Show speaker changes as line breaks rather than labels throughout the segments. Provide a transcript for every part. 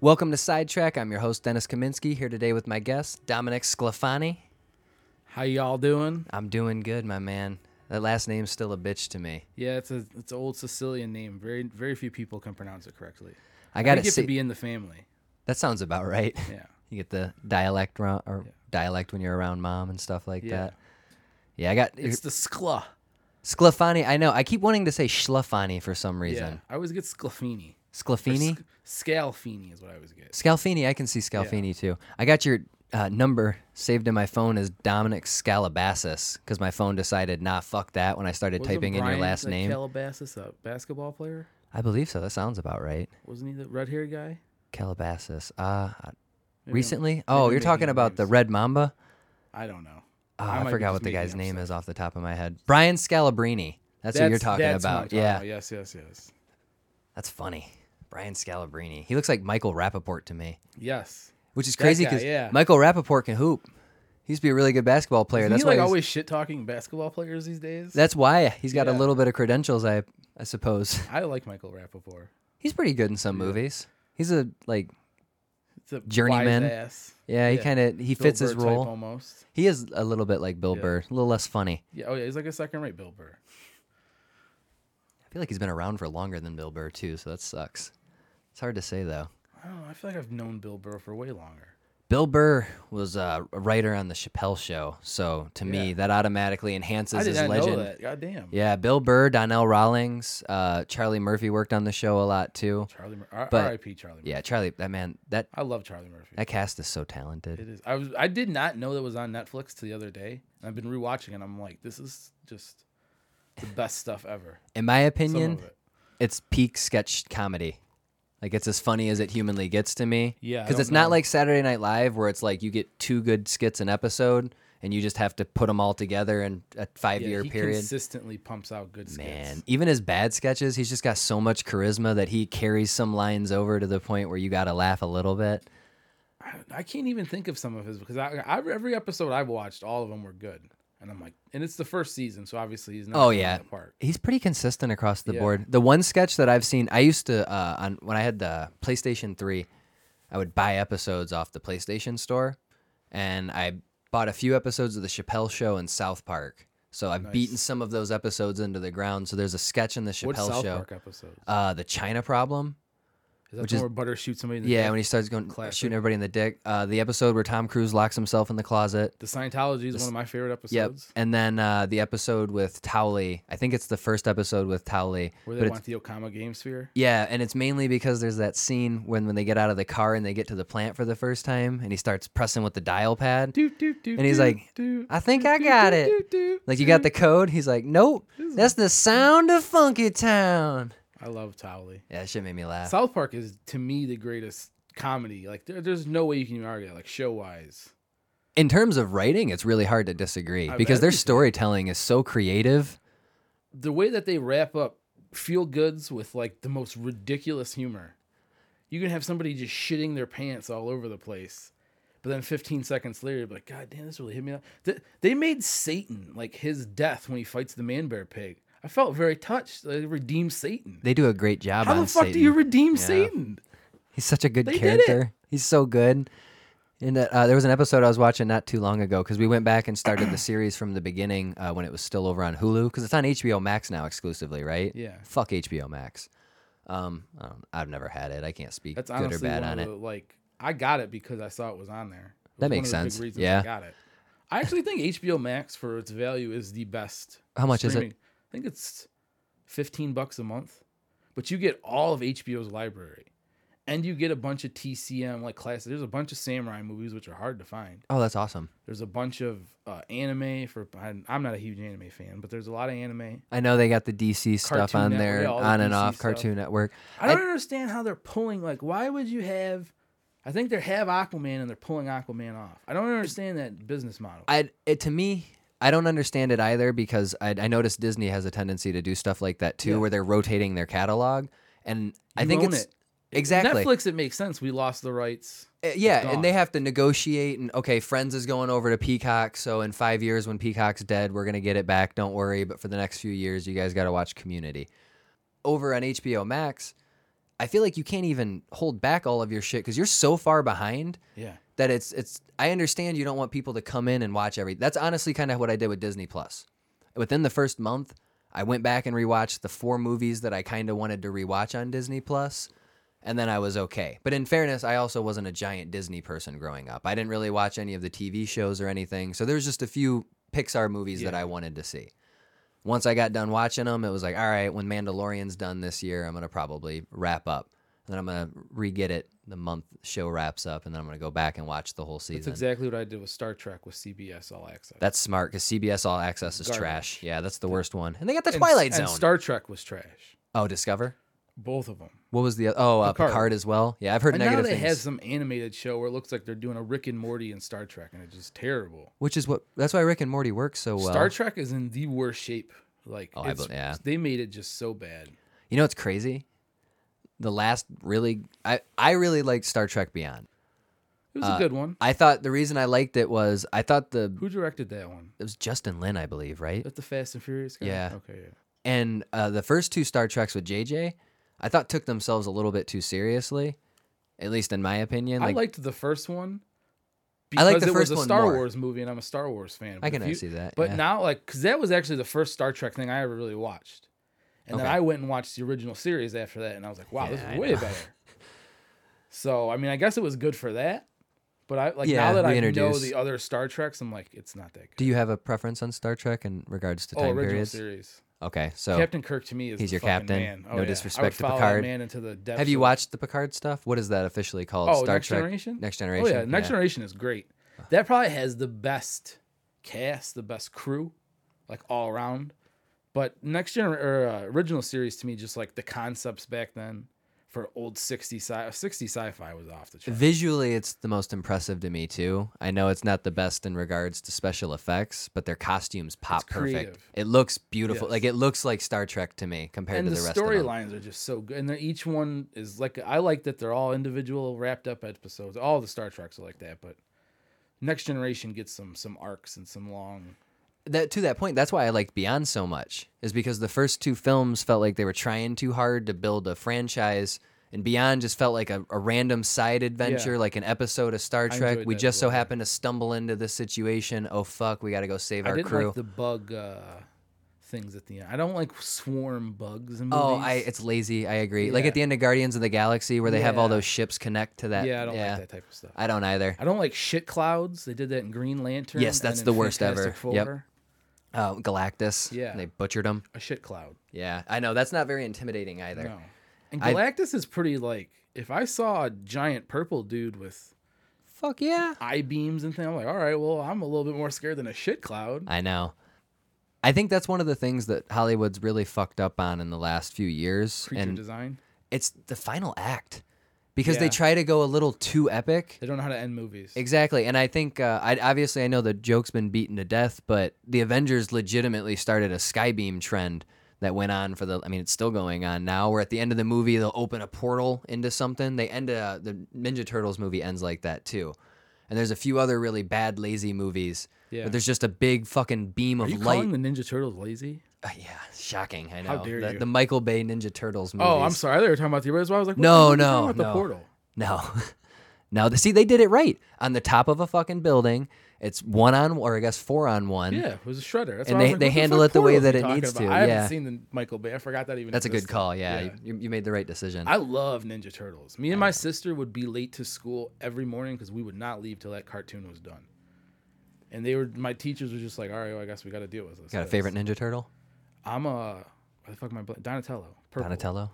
Welcome to Sidetrack. I'm your host, Dennis Kaminsky, here today with my guest, Dominic Sclafani.
How y'all doing?
I'm doing good, my man. That last name's still a bitch to me.
Yeah, it's a it's an old Sicilian name. Very very few people can pronounce it correctly.
I
I
gotta
think it
say,
to be in the family.
that sounds about right.
Yeah.
You get the dialect ro- or dialect when you're around mom and stuff like
Yeah.
that. Yeah, I got
It's the skla.
Sclafani. I know. I keep wanting to say Schlafani for some
Yeah.
reason.
I always get sclafini. Or
Sclafini?
sc- Scalfini is what I always get.
Scalfini. I can see Scalfini too. I got your uh, number saved in my phone as Dominic Scalabassis because my phone decided, nah, fuck that when I started
Wasn't
typing in
Brian,
your last
like,
name.
Calabasas, a basketball player?
I believe so. That sounds about right.
Wasn't he the red haired guy?
Calabasas. Uh,
Maybe I'm-
recently? Oh,
I'm
you're talking
making
about the
names.
Red Mamba?
I don't know.
Uh,
I might
I
be
forgot
just
what the
making
guy's
up
name
stuff.
is off the top of my head. Brian Scalabrini. That's, who you're talking
that's what I'm
about.
talking
yeah.
Yes, yes, yes.
That's funny. Brian Scalabrini. He looks like Michael Rappaport to me,
Yes.
which is crazy
guy,
because
yeah.
Michael Rappaport can hoop. He used to be a really good basketball player.
Isn't
that's
he
why
like
he was-
always shit talking basketball players these days?
that's why he's got a
Yeah.
little bit of credentials, I I suppose.
I like Michael Rappaport.
He's pretty good in some movies. He's a like
It's a
Journeyman.
wise ass.
yeah, he
Yeah.
kind of he
Bill
fits his
Burr type
role.
almost.
He is a little bit like Bill Burr, a little less funny.
Yeah, oh yeah, he's like a second rate Bill Burr.
I feel like he's been around for longer than Bill Burr too, so that sucks. It's hard to say though.
I don't know. I feel like I've known Bill Burr for way longer.
Bill Burr was uh, a writer on the Chappelle Show, so to me
Yeah.
that automatically enhances
I did
his
not
legend.
know that. God damn.
Yeah, Bill Burr, Donnell Rawlings, uh, Charlie Murphy worked on the show a lot too.
Charlie Mur- R-
But-
R.I.P. Charlie Murphy.
Yeah, Charlie, that man, that
I love Charlie Murphy.
that cast is so talented.
it is. I was. I did not know that was on Netflix till the other day. And I've been rewatching it. and I'm like, this is just the best stuff ever.
In my
Some
opinion,
of it.
it's peak sketch comedy. Like it's as funny as it humanly gets to me.
Yeah, I
because
don't
it's not
know.
like Saturday Night Live where it's like you get two good skits an episode and you just have to put them all together in a
Yeah,
five-year
he
period.
consistently pumps out good skits.
Man, even his bad sketches, he's just got so much charisma that he carries some lines over to the point where you got to laugh a little bit.
I can't even think of some of his because I, I every episode I've watched, all of them were good, and I'm like, and it's the first season, so obviously he's not.
Oh
doing
yeah,
that part.
he's pretty consistent across the
Yeah.
board. The one sketch that I've seen, I used to uh, on when I had the PlayStation Three, I would buy episodes off the PlayStation Store, and I bought a few episodes of the Chappelle Show and South Park. So I've beaten some of those episodes into the ground. So there's a sketch in the
What
Chappelle
South
Show,
Park episode?
Uh, the China Problem.
Is that
Which
the
is-
one where Butter shoots somebody in the
Yeah,
dick?
when he starts going
Classic.
shooting everybody in the dick. Uh, the episode where Tom Cruise locks himself in the closet.
the Scientology is one of my favorite
Yep.
episodes.
And then uh, the episode with Towley. I think it's the first episode with Towley. but
Where they
it's-
want the Okama Game Sphere.
yeah, and it's mainly because there's that scene when, when they get out of the car and they get to the plant for the first time and he starts pressing with the dial pad.
Doot, doot, doot,
and he's
doot,
like,
doot,
I think
doot,
I
doot,
got
doot,
it.
doot, doot,
Like, you got the
doot.
code? He's like, nope, that's the sound of Funky Town.
I love Towley.
Yeah, that shit made me laugh.
South Park is to me the greatest comedy. Like there, there's no way you can even argue that. Like show wise,
In terms of writing, it's really hard to disagree
Of
because their
everything.
storytelling is so creative.
the way that they wrap up feel goods with like the most ridiculous humor. You can have somebody just shitting their pants all over the place, but then 15 seconds later, you're like, God damn, this really hit me. Up. Th- They made Satan like his death when he fights the man bear pig. I felt very touched. They redeemed Satan.
They do a great job
How
on
the fuck do
Satan.
you redeem Satan?
He's such a good
They did it.
character. He's so good. And uh, uh, there was an episode I was watching not too long ago because we went back and started the series from the beginning uh, when it was still over on Hulu because it's on HBO Max now exclusively, right?
Yeah.
Fuck HBO Max. Um, I don't, I've never had it. I can't speak
That's
good
honestly
or bad
one
on
of
it.
the, like I got it because I saw it was on there. It
That
was one
makes
of the big
sense.
reasons
Yeah.
I got it. I actually think HBO Max for its value is the best.
How much is it?
streaming- I think it's fifteen bucks a month, but you get all of HBO's library, and you get a bunch of TCM like classics. There's a bunch of samurai movies which are hard to find.
Oh, that's awesome.
There's a bunch of uh, anime for. I'm I'm not a huge anime fan, but there's a lot of anime.
I know they got the DC stuff
Cartoon
on
Network,
there,
yeah, all the
on and
DC
off
stuff.
Cartoon Network.
I don't understand how they're pulling. Like, why would you have? I think they have Aquaman and they're pulling Aquaman off. I don't understand that business model.
I it, to me, I don't understand it either because I, I noticed Disney has a tendency to do stuff like that too,
Yeah.
where they're rotating their catalog, and I
You
think
own
it's
it.
exactly
Netflix, it makes sense. We lost the rights.
Uh, yeah, and they
gone.
have to negotiate. And okay, Friends is going over to Peacock, so in five years when Peacock's dead, we're gonna get it back. Don't worry, but for the next few years, you guys got to watch Community. Over on HBO Max, I feel like you can't even hold back all of your shit because you're so far behind
Yeah.
that it's it's I understand you don't want people to come in and watch every. That's honestly kind of what I did with Disney Plus. Within the first month, I went back and rewatched the four movies that I kind of wanted to rewatch on Disney Plus, and then I was okay. But in fairness, I also wasn't a giant Disney person growing up. I didn't really watch any of the TV shows or anything. So there was just a few Pixar movies that I wanted to see. Once I got done watching them, it was like, all right, when Mandalorian's done this year, I'm gonna probably wrap up. And then I'm gonna re get it the month show wraps up, and then I'm gonna go back and watch the whole season.
That's exactly what I did with Star Trek with CBS All Access.
That's smart because CBS All Access is
Garbage.
trash. Yeah, that's the worst one. And they got the
And-
Twilight Zone.
and Star Trek was trash.
oh, Discover.
Both of them.
What was the oth- oh uh, Picard.
Picard.
as well? Yeah, I've heard
And now
negative
they
things.
have some animated show where it looks like they're doing a Rick and Morty in Star Trek, and it's just terrible.
Which is what that's why Rick and Morty works so well. Oh,
Star Trek is in the worst shape. Like,
I
it's-
bel- yeah.
they made it just so bad.
You know what's crazy? The last really, I I really liked Star Trek Beyond. Uh,
It was a good one.
I thought the reason I liked it was I thought the
Who directed that one?
it was Justin Lin, I believe, right?
That the Fast and Furious guy?
Yeah.
Okay. Yeah.
and uh, the first two Star Treks with JJ, I thought took themselves a little bit too seriously, at least in my opinion.
I
Like,
liked the first one.
I like the
it
first
was a
one
Star
more.
Wars movie, and I'm a Star Wars fan.
I
But
can
if you-
see that,
But
yeah.
now, like, because that was actually the first Star Trek thing I ever really watched. And then
Okay.
I went and watched the original series after that, and I was like, wow, this
Yeah,
is
I
way
know.
better. so, I mean, I guess it was good for that. But I like
Yeah,
now that I know
reintroduce.
the other Star Treks, I'm like, it's not that good.
do you have a preference on Star Trek in regards to
oh,
time
original
periods?
series.
Okay, so
Captain Kirk to me is
he's
the
your
fucking
captain.
Man.
No
Oh, yeah. I would
disrespect to
follow
Picard.
That man into the depths.
Have you
of-
watched the Picard stuff? What is that officially called?
Oh,
Star
Next
Trek
Generation?
Next
Oh
Generation.
yeah, Next Generation is great. That probably has the best cast, the best crew, like all around. But Next Gen or uh, original series to me, just like the concepts back then for old 60 sci 60 sci-fi was off the chart.
Visually, it's the most impressive to me too. I know it's not the best in regards to special effects, but their costumes pop perfect.
creative.
It looks beautiful.
Yes.
Like it looks like Star Trek to me compared
And
to
the,
the, rest of them.
storylines are just so good, and then each one is like I like that they're all individual wrapped up episodes. All the Star Treks are like that, but Next Generation gets some some arcs and some long.
That to that point, that's why I liked Beyond so much. Is because the first two films felt like they were trying too hard to build a franchise, and Beyond just felt like a, a random side adventure, like an episode of Star Trek.
enjoyed
We
that
just
as
so
well, yeah.
happened to stumble into this situation. Oh fuck, we got to go save
I
our
didn't
crew.
like the bug uh, things at the end. I don't like swarm bugs in movies.
Oh, I, it's lazy. I agree. Like
Yeah.
at the end of Guardians of the Galaxy, where they have all
Yeah.
those ships connect to that.
yeah, I don't like that type of stuff. I,
I don't either.
don't like shit clouds. They did that in Green Lantern.
Yes, that's
and
the
in
worst ever.
Fantastic
Yep.
Four.
Uh, Galactus.
Yeah.
they butchered him.
a shit cloud.
Yeah, I know. That's not very intimidating either.
No, and
I-
Galactus is pretty like if I saw a giant purple dude with
Fuck yeah.
eye beams and things, I'm like, all right, well, I'm a little bit more scared than a shit cloud.
I know. I think that's one of the things that Hollywood's really fucked up on in the last few years,
Creature
and
design.
it's the final act because they
Yeah.
try to go a little too epic.
They don't know how to end movies.
Exactly, and I think uh, I obviously I know the joke's been beaten to death, but the Avengers legitimately started a skybeam trend that went on for the. I mean, it's still going on now. Where at the end of the movie, they'll open a portal into something. They end uh, the Ninja Turtles movie ends like that too, and there's a few other really bad lazy movies.
Yeah.
But there's just a big fucking beam
Are
of
you
light.
calling the Ninja Turtles lazy?
Uh, yeah, shocking. I know.
How dare
the,
you.
the Michael Bay Ninja Turtles movies.
Oh, I'm sorry. They were talking about the original. I was like, what
No,
the fuck are you
no,
talking about
no.
the portal.
No. No, the, see, they did it right on the top of a fucking building. It's one on, or I guess four on one.
Yeah, it was a shredder. That's
And
why I
they-
was like,
they
what
handle
fuck
it the way
portal
that
are
it
you
needs
talking about?
to,
I
yeah.
haven't seen the Michael Bay. I forgot that even.
That's a good
existed.
call. Yeah,
Yeah.
You, you made the right decision.
I love Ninja Turtles. Me and my sister would be late to school every morning because we would not leave till that cartoon was done. And they were my teachers were just like, all right, well, I guess we got to deal with this.
Got a favorite Ninja Turtle?
I'm a what the fuck am I? bl- Donatello. Purple.
Donatello?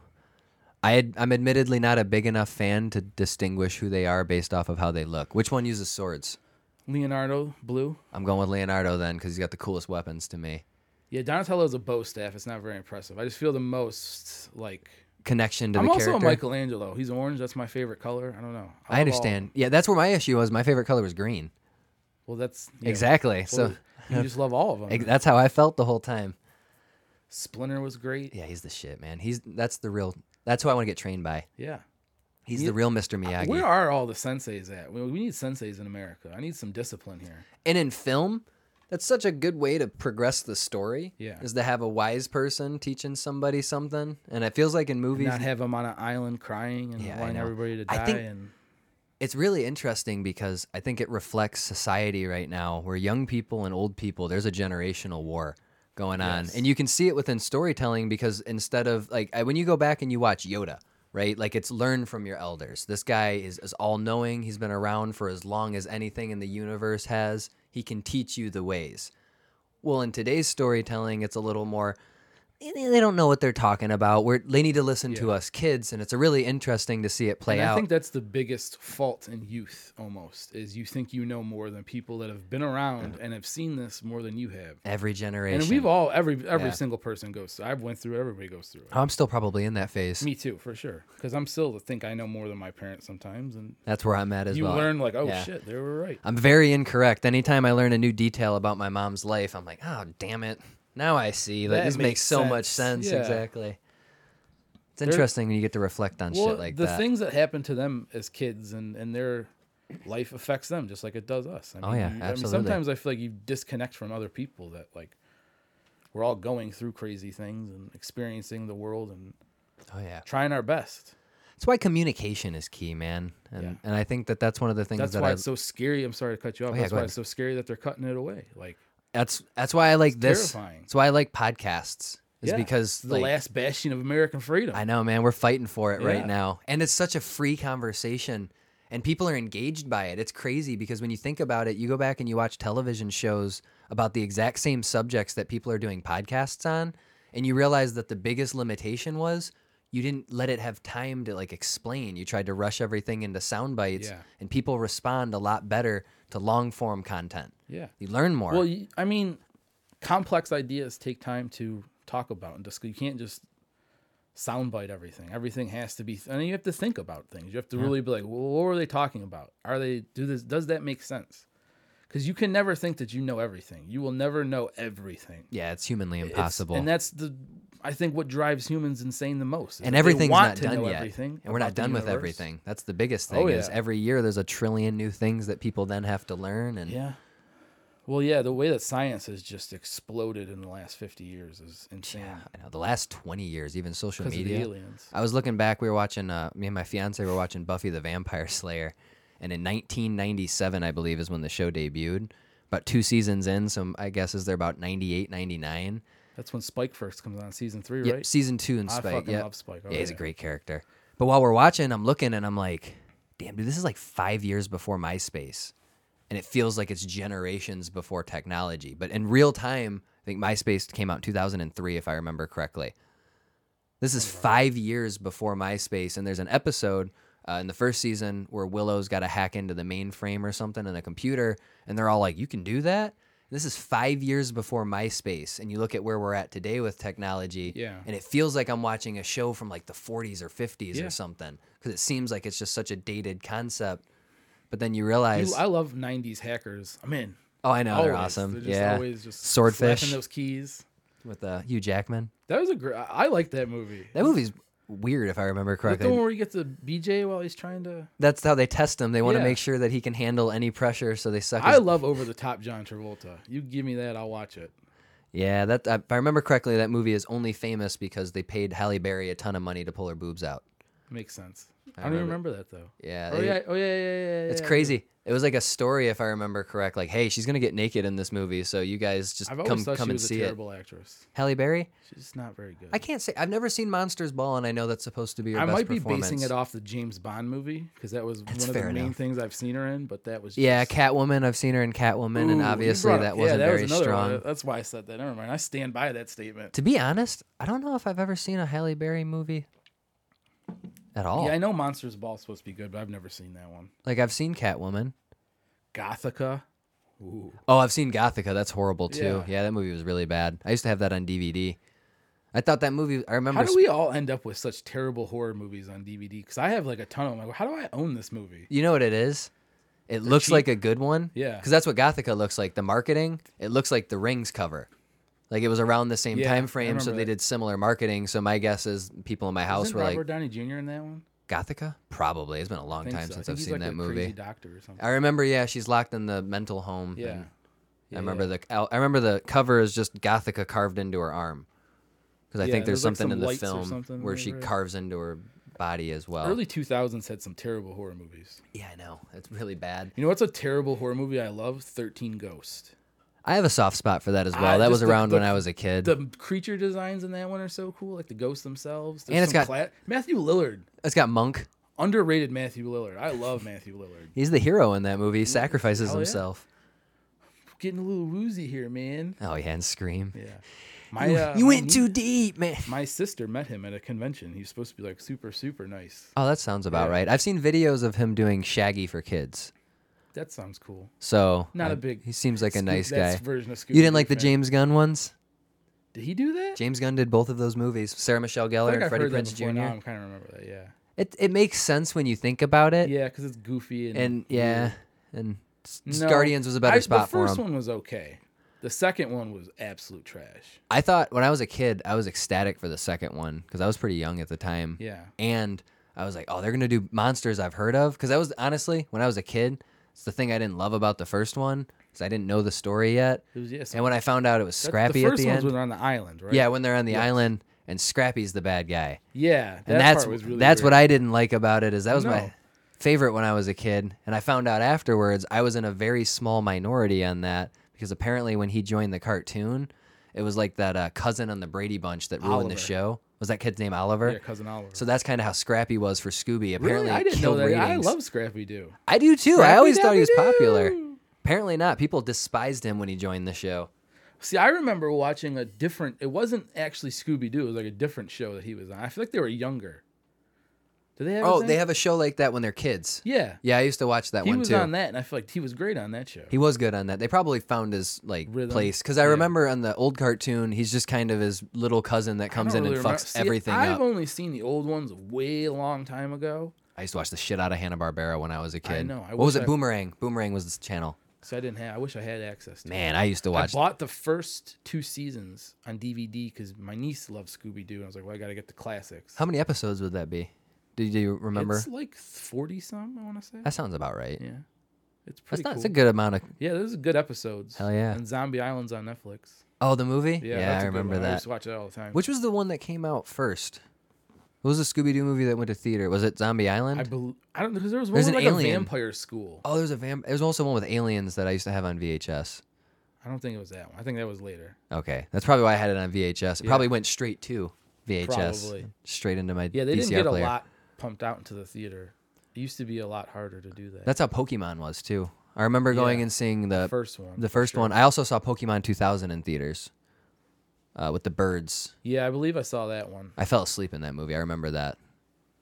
I ad, I'm admittedly not a big enough fan to distinguish who they are based off of how they look. Which one uses swords?
Leonardo blue.
I'm going with Leonardo then because he's got the coolest weapons to me.
Yeah, Donatello's a bow staff. It's not very impressive. I just feel the most like.
Connection to
I'm
the
also
character.
a Michelangelo. He's orange. That's my favorite color. I don't know.
I
love all-
understand. Yeah, that's where my issue was. My favorite color was green.
well, that's yeah.
Exactly.
Well,
so
you just love all of them.
ex- that's how I felt the whole time.
Splinter was great.
Yeah, he's the shit, man. He's that's the real. That's who I want to get trained by.
Yeah.
He's the real Mr. Miyagi.
Where are all the senseis at? We, we need senseis in America. I need some discipline here.
and in film, that's such a good way to progress the story.
Yeah.
Is to have a wise person teaching somebody something. And it feels like in movies
Not have them on an island crying and
Yeah, I
wanting
know.
everybody to die.
I think-
and
it's really interesting because I think it reflects society right now where young people and old people, there's a generational war going on.
Yes.
And you can see it within storytelling because instead of like I, when you go back and you watch Yoda, right? Like it's learn from your elders. This guy is, is all knowing, he's been around for as long as anything in the universe has. He can teach you the ways. Well, in today's storytelling, it's a little more. eh, They don't know what they're talking about. We're, they need to listen to us kids, and it's a really interesting to see it play
And
out.
I think that's the biggest fault in youth almost is you think you know more than people that have been around and have seen this more than you have.
Every generation.
And we've all every every
Yeah.
single person goes through. I've went through. Everybody goes through. it.
I'm still probably in that phase.
Me too, for sure. Because I'm still to think I know more than my parents sometimes, and
That's where I'm at as
you
well.
learn like, oh
yeah.
shit, they were right.
I'm very incorrect. Anytime I learn a new detail about my mom's life, I'm like, oh damn it! Now I see. Like,
That
this makes
makes
so much
sense.
sense.
Yeah.
Exactly. It's interesting when you get to reflect on
Well,
shit like
the
that.
things that happen to them as kids and and their life affects them just like it does us. I mean,
Oh, yeah,
you-
absolutely.
I mean, sometimes I feel like you disconnect from other people that like we're all going through crazy things and experiencing the world and
oh yeah,
trying our best.
that's why communication is key, man. And,
Yeah.
and I think that that's one of the things
That's
that
why
I Oh,
it's so scary. I'm sorry to cut you off.
yeah,
that's
go
why
ahead.
it's so scary that they're cutting it away. Like
that's that's why I like this.
terrifying.
That's why I like podcasts. Is
Yeah,
because
it's the
like,
last bastion of American freedom.
I know, man. We're fighting for it
Yeah.
right now. And it's such a free conversation and people are engaged by it. It's crazy because when you think about it, you go back and you watch television shows about the exact same subjects that people are doing podcasts on and you realize that the biggest limitation was you didn't let it have time to like explain. You tried to rush everything into sound bites
Yeah.
and people respond a lot better to long form content.
yeah.
You learn more.
Well, you- I mean, complex ideas take time to talk about and discuss. You can't just soundbite everything. Everything has to be, and you have to think about things. You have to really be like, well, what were they talking about? Are they do this? Does that make sense? Because you can never think that you know everything. You will never know everything.
yeah, it's humanly
It's-
impossible.
and that's the, I think, what drives humans insane the most. is that
and
they
everything's
want
not
to
done
know
yet
everything
and we're not
about the
done with
universe.
everything that's the biggest thing
Oh,
is
yeah.
every year there's a trillion new things that people then have to learn and
Yeah. Well, yeah, the way that science has just exploded in the last 50 years is insane.
I know, the last 20 years even social
Because of the
media
aliens.
i was looking back we were watching uh, me and my fiance were watching buffy the vampire slayer and in 1997 i believe is when the show debuted about two seasons in so i guess is there about 98 99
That's when Spike first comes on season three,
yep,
right?
season two and
I
spike
fucking
yep.
love Spike. Oh,
yeah, he's a
yeah.
great character. But while we're watching, I'm looking and I'm like, damn, dude, this is like five years before MySpace. And it feels like it's generations before technology. But in real time, I think MySpace came out in 2003, if I remember correctly. This
Oh,
is five years before MySpace. And there's an episode uh, in the first season where Willow's got to hack into the mainframe or something in a computer. And they're all like, you can do that? This is five years before MySpace. And you look at where we're at today with technology
Yeah.
and it feels like I'm watching a show from like the 40s or 50s
Yeah.
or something because it seems like it's just such a dated concept. But then you realize,
You- I love 90s hackers. I'm in.
oh, I know they're
Always.
awesome,
They're just
yeah,
always just
Swordfish.
flapping those keys.
with uh, Hugh Jackman.
That was a great. I like that movie.
That movie's weird if I remember
Is that the one
correctly.
where he gets the BJ while he's trying to.
That's how they test him. They want to
Yeah.
make sure that he can handle any pressure, so they suck.
I
His...
love over the top John Travolta. You give me that, I'll watch it.
Yeah, that uh, if I remember correctly, that movie is only famous because they paid Halle Berry a ton of money to pull her boobs out.
Makes sense. I, don't even remember that though.
Yeah,
Oh
they-
yeah, oh yeah, yeah, yeah.
It's
yeah.
crazy. It was like a story, if I remember correct. Like, hey, she's gonna get naked in this movie, so you guys just
I've always
come
thought
come
she
and
was a
see it.
terrible actress.
Halle Berry.
She's just not very good.
I can't say I've never seen Monsters Ball, and I know that's supposed to be your
I
best
might be
performance.
basing it off the James Bond movie because that was
That's
one of the
fair
main
enough.
things I've seen her in. But that was
Yeah,
just-
Catwoman. I've seen her in Catwoman,
Ooh,
and
you
obviously
brought
that
up- yeah,
wasn't very
was another uh, one.
strong.
That's why I said that. Never mind. I stand by that statement.
To be honest, I don't know if I've ever seen a Halle Berry movie at all.
Yeah, I know Monsters Ball supposed to be good, but I've never seen that one.
Like I've seen Catwoman.
Gothica. Ooh.
Oh, I've seen Gothica. That's horrible too.
Yeah.
Yeah, that movie was really bad. I used to have that on DVD. I thought that movie. I remember.
How do
sp-
we all end up with such terrible horror movies on DVD? Because I have like a ton of them. Like, how do I own this movie?
You know what it is? It looks like a good one.
Yeah.
Because that's what Gothica looks like. The marketing, it looks like the Rings cover. Like it was around the same
Yeah, I
time frame, so
remember
they
that.
did similar marketing. So my guess is people in my house
Isn't
were
Robert
like,
Downey Jr. in that one?
Gothica? Probably. It's been a long
I think
time
so. I
since
think
I've
he's
seen
like
that
a
movie.
Crazy doctor or something.
I remember, yeah, she's locked in the mental home.
yeah.
and- I remember the the I remember the cover is just Gothica carved into her arm because I
Yeah,
think there's,
there's, like,
something
some
in the
lights or
film
something,
where she
whatever.
carves into her body as well.
Early 2000s had some terrible horror movies.
Yeah, I know it's really bad.
You know what's a terrible horror movie I love? 13 Ghost.
I have a soft spot for that as well.
Ah,
that was
just the-
around when
the-
I was a kid.
The creature designs in that one are so cool, like the ghosts themselves. There's
And it's
some
got-
Matthew Lillard.
it's got Monk.
Underrated Matthew Lillard. I love Matthew Lillard.
He's the hero in that movie. He sacrifices
Mm. Hell yeah.
himself.
Getting a little woozy here, man.
Oh yeah, and Scream.
Yeah. My uh,
you
my
went
nie-
too deep, man.
My sister met him at a convention. He was supposed to be like super super nice.
Oh, that sounds about
Yeah.
right. I've seen videos of him doing Shaggy for kids.
That sounds cool.
So
Not
a
a big
He seems like a
Scoo-
nice
that's
guy.
Version of
You didn't like
Scooby-Doo
the
fan.
James Gunn ones?
Did he do that?
James Gunn did both of those movies, Sarah Michelle
I
Gellar
think
and
I've
Freddie
heard that
Prinze
before. Now
Jr.
I'm kind of remember that. Yeah.
It it makes sense when you think about it.
Yeah, because it's goofy and
And yeah, and s- s-
No.
Guardians was a better
I-
spot
The
for him.
first one was okay. The second one was absolute trash.
I thought when I was a kid, I was ecstatic for the second one because I was pretty young at the time.
Yeah.
And I was like, oh, they're going to do monsters I've heard of. Because I was, honestly, when I was a kid, it's the thing I didn't love about the first one because I didn't know the story yet.
It was yeah. so
And when I found out it was
that's-
Scrappy
the first
at the
ones
end.
when they're on the island, right?
Yeah, when they're on the
Yes.
island and Scrappy's the bad guy.
Yeah. That
and that's
part was really
that's what
weird.
I didn't like about it is that was
No.
my favorite when I was a kid, and I found out afterwards I was in a very small minority on that because apparently when he joined the cartoon, it was like that uh, cousin on the Brady Bunch that ruined
Oliver.
the show. Was that kid's name Oliver?
Yeah, cousin Oliver.
So that's kind of how Scrappy was for Scooby. Apparently,
really,
it
I didn't know
killed
that. I
ratings.
love Scrappy Doo.
I do too. I always thought he was popular.
Scrappy-Doo!
Apparently not. People despised him when he joined the show.
See, I remember watching a different. It wasn't actually Scooby Doo. It was like a different show that he was on. I feel like they were younger. Do they have? his
Oh,
name?
they have a show like that when they're kids.
Yeah,
Yeah, I used to watch that
he
one
was
too.
on that, and I feel like he was great on that show.
He was good on that. They probably found his like
Rhythm.
place because I remember on the old cartoon, he's just kind of his little cousin that
I
comes in
don't
and
really remember-
fucks
See,
everything
I've
up.
only seen the old ones a way long time ago,
I used to watch the shit out of Hanna Barbera when I was a kid.
know. I
what was
wish
it?
I-
Boomerang. Boomerang was this channel.
so I didn't have. I wish I had access. to it.
Man, I used to
I
watch.
bought the first two seasons on DVD because my niece loves Scooby Doo, and I was like, "Well, I got to get the classics."
How many episodes would that be? Do you, do you remember?
It's like forty some, I want to say.
That sounds about right.
yeah, it's pretty.
That's not.
cool.
It's a good amount of.
Yeah, those are good episodes.
Hell yeah.
And Zombie Island's on Netflix.
Oh, the movie.
Yeah,
I
that's a good
remember
one. I
that.
used to watch that all the time.
Which was the one that came out first? What was the Scooby Doo movie that went to theater? Was it Zombie Island?
I believe I don't because there was one
There's
with
an
like
alien.
a vampire school.
oh, there's a vamp. There's also one with aliens that I used to have on VHS.
I don't think it was that one. I think that was later.
Okay, that's probably why I had it on VHS. It probably went straight to VHS,
Probably.
straight into my
Yeah, they
VCR
didn't get
player.
a lot pumped out into the theater. It used to be a lot harder to do that.
That's how Pokemon was too. I remember going
Yeah.
and seeing the
the first one.
the first one. I also saw Pokemon 2000 in theaters uh, with the birds.
yeah, I believe I saw that one.
I fell asleep in that movie. I remember that.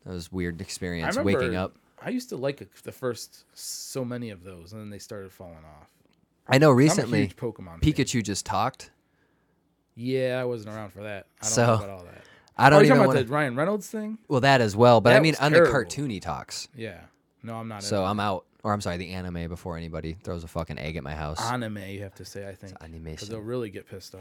That was a weird
I
experience
remember
waking up.
I used to like the first so many of those, and then they started falling off.
I know
I'm a
recently
huge Pokemon. fan.
Pikachu just talked.
Yeah, I wasn't around for that. I don't
So,
know about all that.
I
Are
don't
you Oh, talking
even
about
want
the
to.
Ryan Reynolds thing?
Well, that as well, but I
That
mean
was
on the
terrible.
cartoony talks.
Yeah. No, I'm not.
So I'm out, or I'm sorry, the anime before anybody throws a fucking egg at my house.
anime you have to say i think because
Animation.
they'll really get pissed off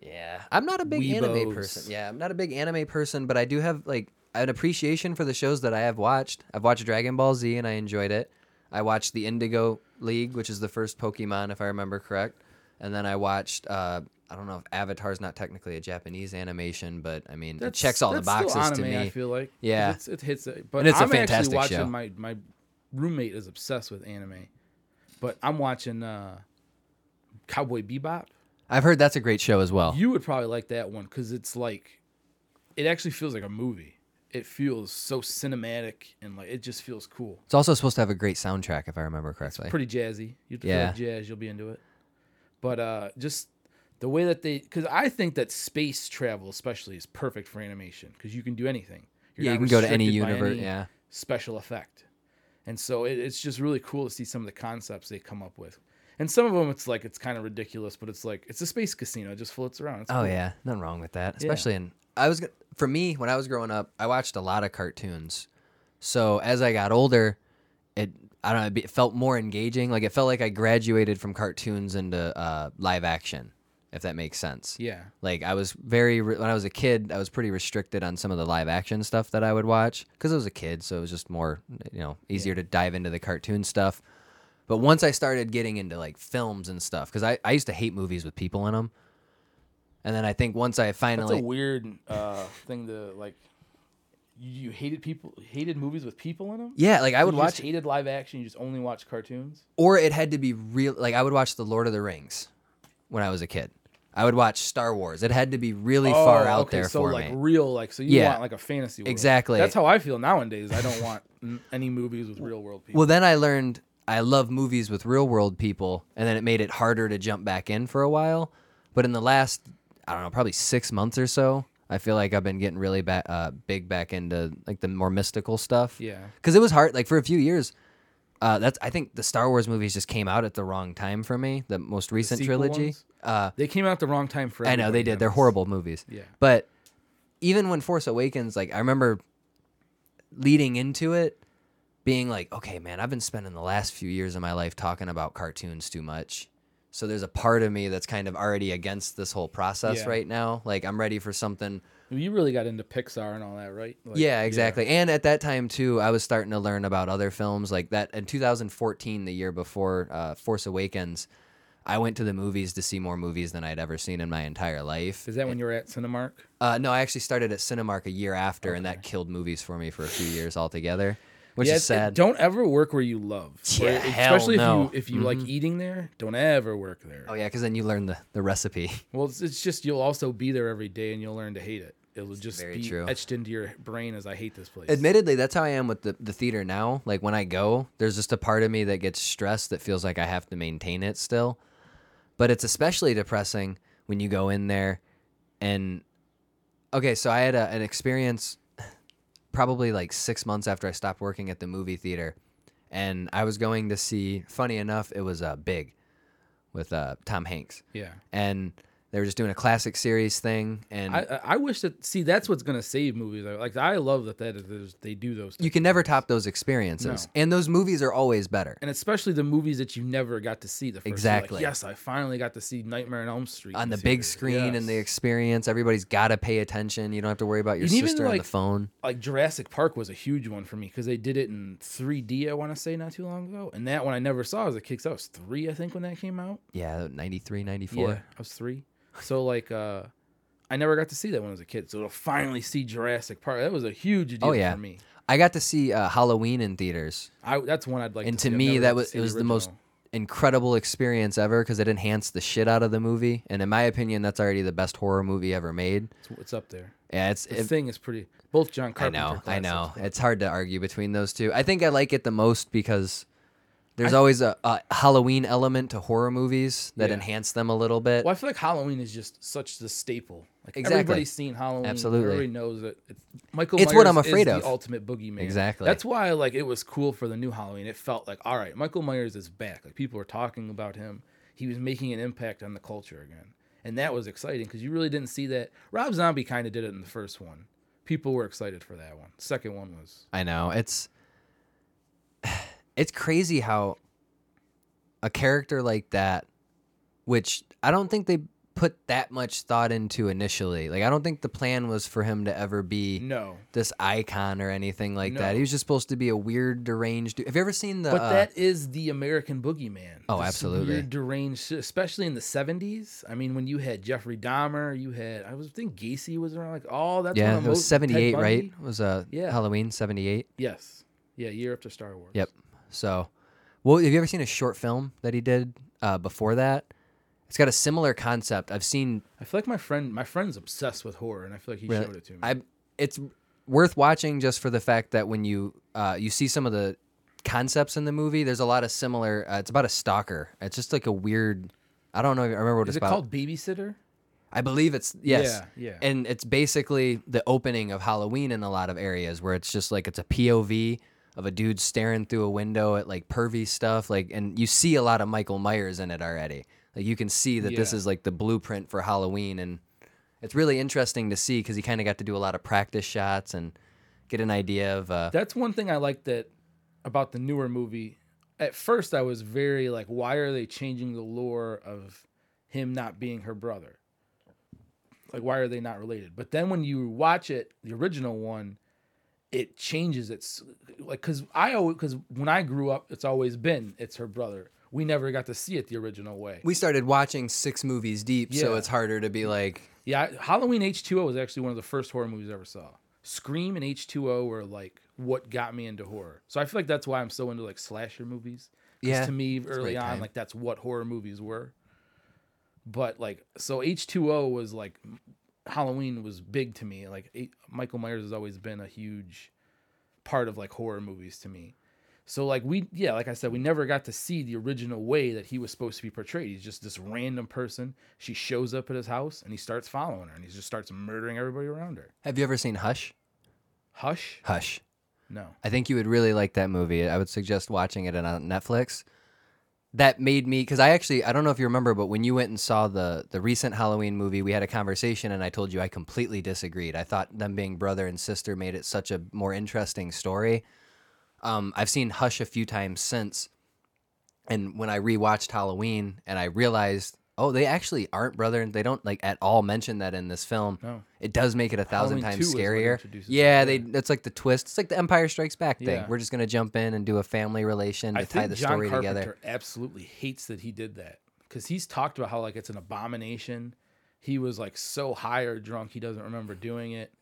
Yeah, I'm not a big anime
Weebos.
person. Yeah, I'm not a big anime person, but I do have like an appreciation for the shows that I have watched. I've watched Dragon Ball Z and I enjoyed it. I watched the Indigo League, which is the first Pokemon, if I remember correct, and then I watched. Uh, I don't know if Avatar's not technically a Japanese animation, but I mean, it checks all the
that's still
boxes to
anime,
me.
i feel like 'cause
Yeah.
it's, it hits it but
And it's a
i'm
fantastic
actually watching
show.
my my roommate is obsessed with anime but i'm watching uh cowboy bebop
I've heard that's a great show as well.
you would probably like that one because it's like it actually feels like a movie it feels so cinematic and like it just feels cool
it's also supposed to have a great soundtrack, if I remember correctly.
pretty jazzy. You feel
Yeah.
like jazz, you'll be into it. But uh, just the way that they, because I think that space travel especially is perfect for animation because you can do anything. You're
yeah, you
not
can go to any
restricted by
universe.
any
Yeah,
special effect, and so it, it's just really cool to see some of the concepts they come up with. And some of them, it's like it's kind of ridiculous, but it's like it's a space casino, it just floats around. It's
Oh
cool.
yeah, nothing wrong with that. Especially in I was go- for me when I was growing up, I watched a lot of cartoons. So as I got older, it I don't know, it be- it felt more engaging. Like it felt like I graduated from cartoons into uh, live action, if that makes sense.
yeah.
Like I was very re- when I was a kid, I was pretty restricted on some of the live action stuff that I would watch because I was a kid, so it was just more you know easier to dive into the cartoon stuff. But But once I started getting into like films and stuff, because I, I used to hate movies with people in them. And then I think once I
That's
finally
a weird uh, thing to like. You you hated people, hated movies with people in them.
yeah, like I would
you
watch
just hated live action. You just only watch cartoons.
or it had to be real like I would watch The Lord of the Rings when I was a kid. I would watch Star Wars. It had to be really far
Oh,
out
okay,
there
so
for
like
me.
real, like so you
Yeah.
want like a fantasy world.
Exactly.
That's how I feel nowadays. I don't want n- any movies with real world people.
Well, then I learned I love movies with real world people, and then it made it harder to jump back in for a while. But in the last, I don't know, probably six months or so, I feel like I've been getting really ba- uh, big back into like the more mystical stuff.
Yeah.
because it was hard. Like for a few years, uh, that's I think the Star Wars movies just came out at the wrong time for me. The most recent
sequel
trilogy.
ones?
Uh,
They came out at the wrong time for.
I know they
everybody,
did. They're
Dennis.
horrible movies.
Yeah.
But even when Force Awakens, like I remember leading into it, being like, okay, man, I've been spending the last few years of my life talking about cartoons too much. So there's a part of me that's kind of already against this whole process
Yeah.
right now. Like I'm ready for something.
You really got into Pixar and all that, right? Like,
yeah, exactly. And at that time too, I was starting to learn about other films like that. In 2014, the year before uh, Force Awakens, I went to the movies to see more movies than I'd ever seen in my entire life.
Is that when you were at Cinemark?
Uh, no, I actually started at Cinemark a year after, and that killed movies for me for a few years altogether, which
Yeah,
is
it- it-
sad.
don't ever work where you love.
Yeah,
Where-
hell
especially
no. Mm-hmm.
if you if you like eating there, don't ever work there.
oh yeah, because then you learn the, the recipe.
Well, it's, it's just you'll also be there every day and you'll learn to hate it. It'll just
very
be
true.
etched into your brain as I hate this place.
Admittedly, that's how I am with the, the theater now. Like when I go, there's just a part of me that gets stressed that feels like I have to maintain it still. But it's especially depressing when you go in there and okay, so I had a, an experience probably like six months after I stopped working at the movie theater, and I was going to see. Funny enough, it was uh, Big with uh, Tom Hanks,
yeah.
and they were just doing a classic series thing, and
I, I I wish that see that's what's gonna save movies. I- Like I love that that is, they do those.
you
things.
can never top those experiences. And those movies are always better.
and especially the movies that you never got to see the first. You're like,
Exactly.
yes, I finally got to see Nightmare on Elm Street
on
in
the big
theaters.
screen and the
Yes.
experience. Everybody's got to pay attention. You don't have to worry about your
And even,
sister on
like-
the phone.
like Jurassic Park was a huge one for me because they did it in 3D. I want to say not too long ago, and that one I never saw as a kid. 'cause I was three, I think, when that came out.
Yeah, 93, 94.
Yeah, I was three. So like, uh, I never got to see that when I was a kid. So to finally see Jurassic Park, that was a huge deal
Oh, yeah.
for me.
I got to see uh, Halloween in theaters,
I that's one I'd like.
and
to,
to
see. I've
me
never got
that
to
was
see
it was the most
original.
incredible experience ever because it enhanced the shit out of the movie. And in my opinion, that's already the best horror movie ever made.
It's, it's up there.
Yeah, it's.
The
it-
thing is pretty. Both John
I
Carpenter.
know, I
classics.
know. It's hard to argue between those two. I think I like it the most because there's always a, a Halloween element to horror movies that
Yeah.
enhance them a little bit.
Well, I feel like Halloween is just such the staple. Like
Exactly.
everybody's seen Halloween.
Absolutely.
everybody knows it. It's, Michael.
It's
Myers
what I'm afraid
is
of.
The ultimate boogeyman.
Exactly.
That's why like it was cool for the new Halloween. It felt like all right, Michael Myers is back. Like people were talking about him. He was making an impact on the culture again, and that was exciting because you really didn't see that. Rob Zombie kind of did it in the first one. People were excited for that one. Second one was
I know. It's it's crazy how a character like that which I don't think they put that much thought into initially. Like I don't think the plan was for him to ever be
no.
this icon or anything like that.
Mm-hmm. No.
He was just supposed to be a weird deranged dude. Have you ever seen the
But
uh,
that is the American boogeyman.
Oh,
This
absolutely.
Weird, deranged, especially in the seventies. I mean, when you had Jeffrey Dahmer, you had I was think Gacy was around. Like, oh, that's
Yeah,
when
it was
most- Ted
78, right?
Bundy?
It was uh
Yeah.
Halloween 78.
Yes, yeah, year after Star Wars.
Yep. So, well, have you ever seen a short film that he did uh, before that? It's got a similar concept. I've seen
I feel like my friend, my friend's obsessed with horror, and I feel like he
Really?
showed it to me.
I it's worth watching just for the fact that when you uh, you see some of the concepts in the movie, there's a lot of similar. Uh, it's about a stalker. It's just like a weird. I don't know. I remember what it's
is it
about.
called Babysitter?
I believe it's yes.
Yeah, yeah.
And it's basically the opening of Halloween in a lot of areas where it's just like it's a POV of a dude staring through a window at like pervy stuff like and you see a lot of Michael Myers in it already. Like you can see that this
Yeah.
is like the blueprint for Halloween and it's really interesting to see cuz he kind of got to do a lot of practice shots and get an idea of uh
That's one thing I like that about the newer movie. At first, I was very like, why are they changing the lore of him not being her brother? Like, why are they not related? But then when you watch it, the original one, it changes. It's like because I always because when I grew up, it's always been it's her brother. We never got to see it the original way.
We started watching six movies deep, so
Yeah.
it's harder to be like,
Yeah, Halloween H two O was actually one of the first horror movies I ever saw. Scream and H two O were like what got me into horror. So I feel like that's why I'm so into like slasher movies. 'Cause
Yeah,
To me, early
great
on,
time.
like that's what horror movies were. But like, so H two O was like Halloween was big to me. Like eight, Michael Myers has always been a huge part of like horror movies to me. So like we yeah, like I said, we never got to see the original way that he was supposed to be portrayed. He's just this random person. She shows up at his house and he starts following her and he just starts murdering everybody around her.
"Have you ever seen Hush?"
Hush?
Hush.
No.
I think you would really like that movie. I would suggest watching it on uh, Netflix. That made me because I actually I don't know if you remember, but when you went and saw the the recent Halloween movie, we had a conversation, and I told you I completely disagreed. I thought them being brother and sister made it such a more interesting story. Um, I've seen Hush a few times since, and when I rewatched Halloween, and I realized, oh, they actually aren't brother, and they don't like at all mention that in this film.
No.
It does make it a thousand
Halloween
times
2 is what
scarier.
introduces it,
Yeah,
yeah.
they that's like the twist. It's like the Empire Strikes Back thing.
Yeah.
We're just gonna jump in and do a family relation to
I
tie
think
the
John
story
Carpenter
together.
absolutely hates that he did that because he's talked about how like it's an abomination. He was like so high or drunk he doesn't remember doing it.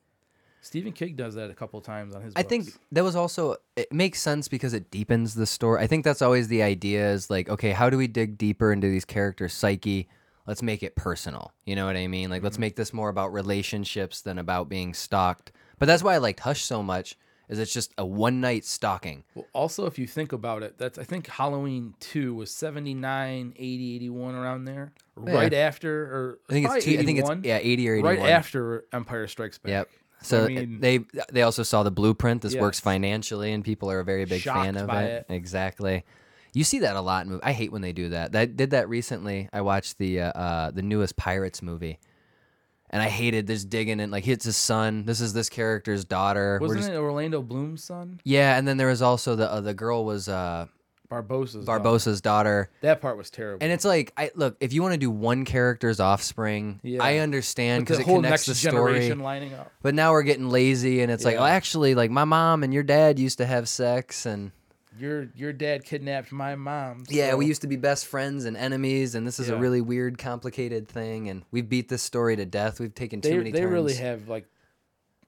Stephen King does that a couple times on his.
I think
books.
that was also it makes sense because it deepens the story. I think that's always the idea is like, okay, how do we dig deeper into these characters' psyche? Let's make it personal. You know what I mean? Like let's
Mm-hmm.
make this more about relationships than about being stalked. But that's why I liked Hush so much, is it's just a one night stalking.
Well, also, if you think about it, that's I think Halloween 2 was 79, 80, 81 around there. Right after, or
I think it's
probably
two, I think it's
81,
yeah, eighty or eighty one.
right after Empire Strikes Back.
Yep. So
I
uh,
mean-
they they also saw the blueprint. This works
Yes.
financially, and people are a very big fan
Shocked
of
by
it. Exactly. You see that a lot. In mov- I hate when they do that. I did that recently. I watched the uh, uh, the newest Pirates movie, and I hated this digging in. Like it's his son. This is this character's daughter. We're
Wasn't
just-
it Orlando Bloom's son?
Yeah, and then there was also the uh, the girl was uh,
Barbosa's. daughter.
Barbosa's daughter.
That part was terrible.
And it's like, I look if you want to do one character's offspring,
Yeah.
I understand because
the
it
whole
connects
next
the story.
generation lining up.
But now we're getting lazy, and it's like,
Yeah.
oh, actually, like my mom and your dad used to have sex, and
Your your dad kidnapped my mom.
yeah,
so-
we used to be best friends and enemies, and this is a
Yeah.
really weird, complicated thing, and we beat this story to death. We've taken too
they
many
they
turns.
really have like.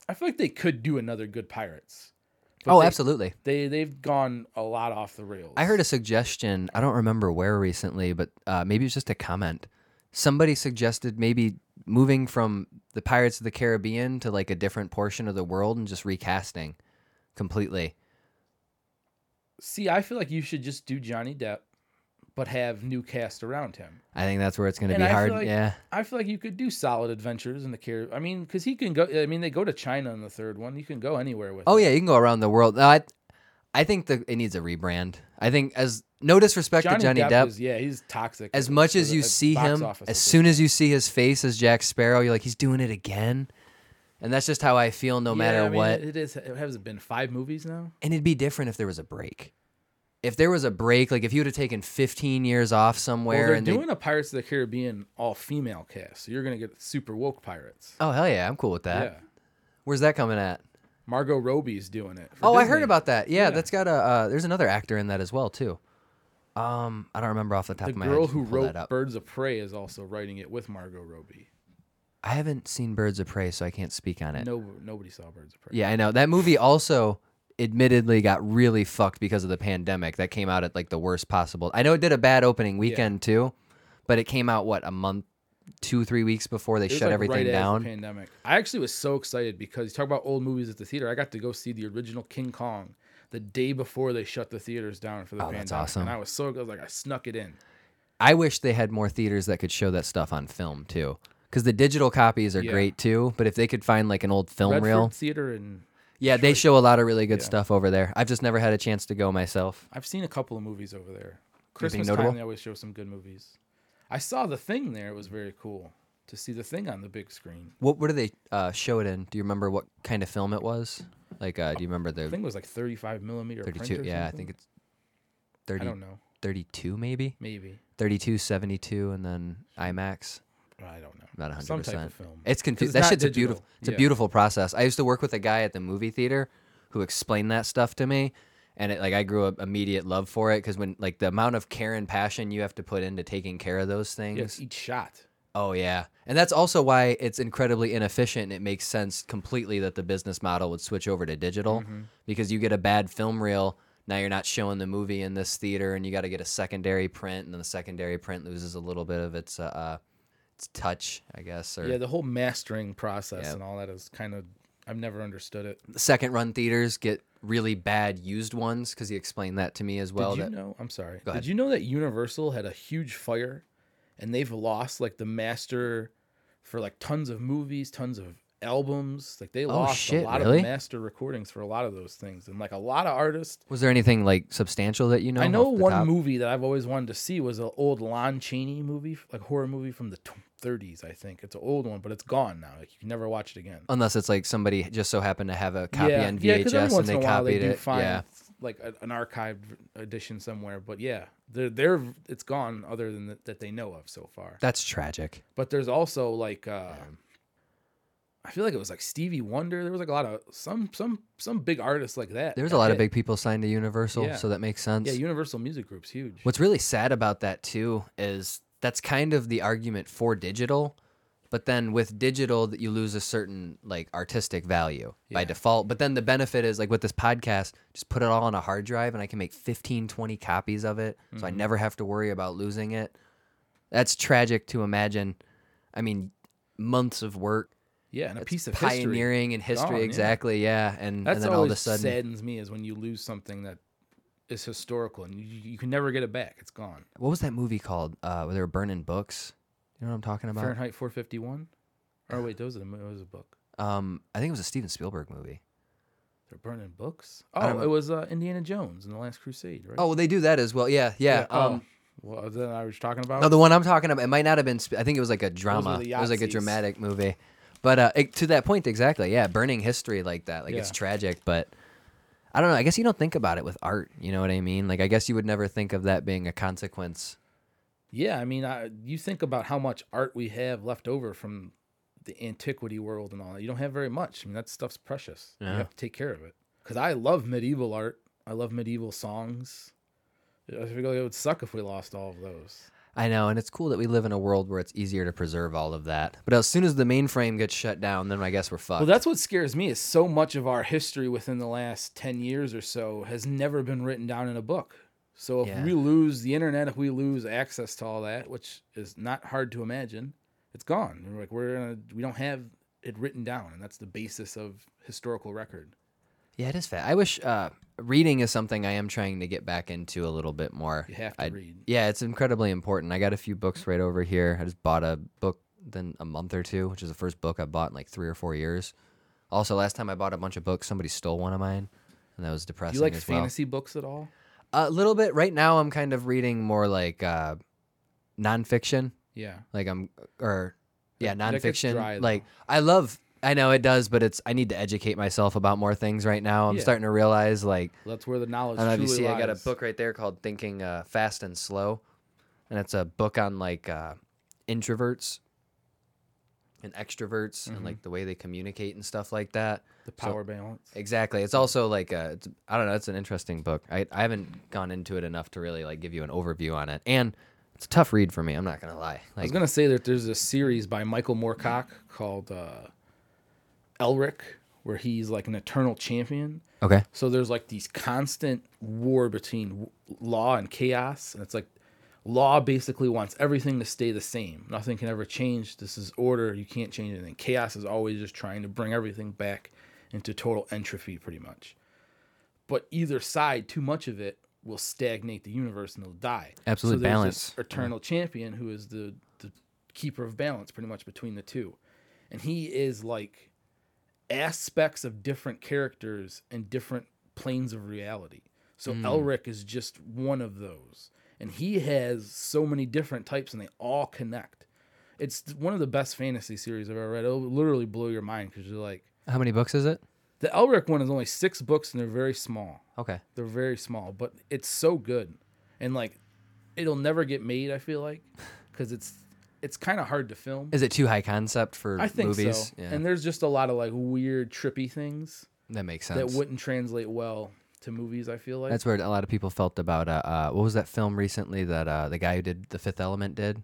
I feel like they could do another good Pirates.
oh,
they-
absolutely.
They they've gone a lot off the rails.
I heard a suggestion. I don't remember where recently, but uh, maybe it was just a comment. Somebody suggested maybe moving from the Pirates of the Caribbean to like a different portion of the world and just recasting completely.
See, I feel like you should just do Johnny Depp, but have new cast around him.
I think that's where it's going to
And
be
I feel
hard.
like-
yeah.
I feel like you could do solid adventures in the Caribbean. I mean, because he can go. I mean, they go to China in the third one. You can go anywhere with.
Oh
it.
yeah, you can go around the world. No, I, I think the it needs a rebrand. I think as no disrespect
Johnny,
to Johnny Depp,
Depp. is- yeah, he's toxic.
as
for
much
the-
as you
at
see
box
him,
office
as
at
soon as you see his face as Jack Sparrow, you're like, he's doing it again. And that's just how I feel, no
least.
matter
Yeah, I mean,
what.
It is. It has been five movies now.
and it'd be different if there was a break. If there was a break, like if you would have taken 15 years off
Well,
somewhere,
they're
and they-
doing a Pirates of the Caribbean all female cast, so you're gonna get super woke pirates.
oh hell yeah, I'm cool with that.
Yeah,
Where's that coming at?
Margot Robbie's doing it. for
Oh, I
Disney.
heard about that. Yeah, that's got a. Uh, there's another actor in that as well too. Um, I don't remember off the top
the
of my
girl
head. You
who
can pull
wrote
that up.
Birds of Prey is also writing it with Margot Robbie.
I haven't seen Birds of Prey, so I can't speak on it.
No, nobody saw Birds of Prey.
Yeah, I know. That movie also admittedly got really fucked because of the pandemic. That came out at like the worst possible. I know it did a bad opening weekend too, but it came out what a month, two, three weeks before they
It was,
shut
like,
everything
right as the
down.
pandemic. I actually was so excited because you talk about old movies at the theater. I got to go see the original King Kong the day before they shut the theaters down for the
Oh,
pandemic.
that's awesome.
And I was so I was like I snuck it in.
I wish they had more theaters that could show that stuff on film too. Because the digital copies are
Yeah.
great too, but if they could find like an old film
Redford
reel,
Theater and
yeah, they show a lot of really good stuff over there. I've just never had a chance to go myself.
I've seen a couple of movies over there. Christmas
notable?
time, they always show some good movies. I saw The Thing there. It was very cool to see The Thing on the big screen.
What what do they uh, show it in? Do you remember what kind of film it was? Like, uh, do you remember the
I think it was like 35 millimeter. print
32
or
yeah i
something.
think it's
I
30,
don't know.
32 maybe
Maybe.
32 72 and then imax
I don't know.
not 100%
Some type of film.
it's confusing
it's
that
not
shit's a
digital.
beautiful it's a
Yeah.
beautiful process i used to work with a guy at the movie theater who explained that stuff to me, and it like I grew up immediate love for it because when like the amount of care and passion you have to put into taking care of those things.
Yes, each shot.
Oh yeah, and that's also why it's incredibly inefficient. And it makes sense completely that the business model would switch over to digital
Mm-hmm.
because you get a bad film reel. Now you're not showing the movie in this theater, and you got to get a secondary print, and then the secondary print loses a little bit of its uh, uh its touch, I guess. Or
Yeah, the whole mastering process
Yeah.
and all that is kind of I've never understood it.
second run theaters get really bad used ones because he explained that to me as well.
Did you
that
know? I'm sorry.
Go ahead.
Did you know that Universal had a huge fire, and they've lost like the master for like tons of movies, tons of albums. Like they lost
Oh, shit,
a lot
really?
of master recordings for a lot of those things, and like a lot of artists.
was there anything like substantial that you know?
I know
off the
one
top?
movie that I've always wanted to see was an old Lon Chaney movie, like horror movie from the tw 30s. I think it's an old one, but it's gone now. Like you can never watch it again.
Unless it's like somebody just so happened to have a copy on VHS
'cause every
and
once
they
in a while
copied
do
it. yeah.
like a, an archived v- edition somewhere. But yeah, they're, they're it's gone other than that that they know of so far.
That's tragic.
But there's also like uh, I feel like it was like Stevie Wonder. There was like a lot of some some some big artists like that.
There's a
got
lot of
hit.
big people signed to Universal,
Yeah.
so that makes sense.
yeah. Universal Music Group's huge.
What's really sad about that too is that's kind of the argument for digital, but then with digital that you lose a certain like artistic value by
Yeah.
default. But then the benefit is like with this podcast, just put it all on a hard drive and I can make 15, 20 copies of it. So I
Mm-hmm.
never have to worry about losing it. That's tragic to imagine. I mean, months of work,
yeah, and a piece of history.
pioneering in history,
Gone, yeah.
exactly, yeah. And
That's
and then
always
all of a sudden
saddens me is when you lose something that is historical and you, you can never get it back. It's gone.
what was that movie called? Uh where they were burning books. You know what I'm talking about?
Fahrenheit 451. Or wait, those are the, it was a book.
Um, I think it was a Steven Spielberg movie.
They're burning books.
I don't
Oh,
know.
it was uh, Indiana Jones and the Last Crusade, right?
Oh, well, they do that as well. Yeah, yeah.
oh.
um,
well, then I was talking about.
no, the one I'm talking about, it might not have been. Sp- I think it was like a drama.
oh. the
It was like a
Yahtzees.
dramatic movie. But uh, it, to that point, exactly. Yeah, burning history like that. Like it's
Yeah.
tragic, but I don't know. I guess you don't think about it with art. You know what I mean? Like I guess you would never think of that being a consequence.
yeah, I mean, I, you think about how much art we have left over from the antiquity world and all that. You don't have very much. I mean, that stuff's precious.
Yeah.
You have to take care of it. Because I love medieval art. I love medieval songs. I feel like it would suck if we lost all of those.
I know, and it's cool that we live in a world where it's easier to preserve all of that. But as soon as the mainframe gets shut down, then I guess we're fucked.
Well, that's what scares me is so much of our history within the last 10 years or so has never been written down in a book. So if
Yeah.
we lose the internet, if we lose access to all that, which is not hard to imagine, it's gone. We're like we're gonna, we don't have it written down, and that's the basis of historical record.
Yeah, it is fat. I wish uh, reading is something I am trying to get back into a little bit more.
You have to
I-
read.
Yeah, it's incredibly important. I got a few books right over here. I just bought a book then a month or two, which is the first book I bought in like three or four years. Also, last time I bought a bunch of books, somebody stole one of mine, and that was
Do
depressing.
you like
as
fantasy books at all?
Well. A little bit. Right now, I'm kind of reading more like uh, nonfiction.
Yeah.
Like I'm or yeah,
that gets
nonfiction.
dry, though.
like I love. I know it does, but it's I need to educate myself about more things right now. I'm
Yeah.
starting to realize like
Well, that's where the knowledge.
I don't know if you
truly
see, I got a
lies.
book right there called Thinking uh, Fast and Slow, and it's a book on like uh, introverts and extroverts
Mm-hmm.
and like the way they communicate and stuff like that.
The power balance.
Exactly. It's also like a, it's, I don't know. It's an interesting book. I I haven't gone into it enough to really like give you an overview on it, and it's a tough read for me. I'm not gonna lie.
I was
Like
gonna say that there's a series by Michael Moorcock called uh, Elric, where he's like an eternal champion.
okay,
So there's like these constant war between w- law and chaos, and it's like law basically wants everything to stay the same. Nothing can ever change. This is order. You can't change anything. Chaos is always just trying to bring everything back into total entropy, pretty much. But either side, too much of it will stagnate the universe and it'll die.
Absolute
there's
balance.
This eternal champion who is the the keeper of balance, pretty much between the two, and he is like aspects of different characters and different planes of reality. So
Hmm.
Elric is just one of those. And he has so many different types and they all connect. It's th- one of the best fantasy series I've ever read. It'll literally blow your mind because you're like,
how many books is it?
the Elric one is only six books and they're very small.
Okay,
They're very small, but it's so good. And like, it'll never get made, I feel like, because it's it's kind of hard to film.
is it too high concept for
I think
movies?
so.
Yeah.
And there's just a lot of like weird, trippy things.
That makes
that
sense.
wouldn't translate well to movies. I feel like
That's where a lot of people felt about uh, uh what was that film recently that uh the guy who did The Fifth Element did?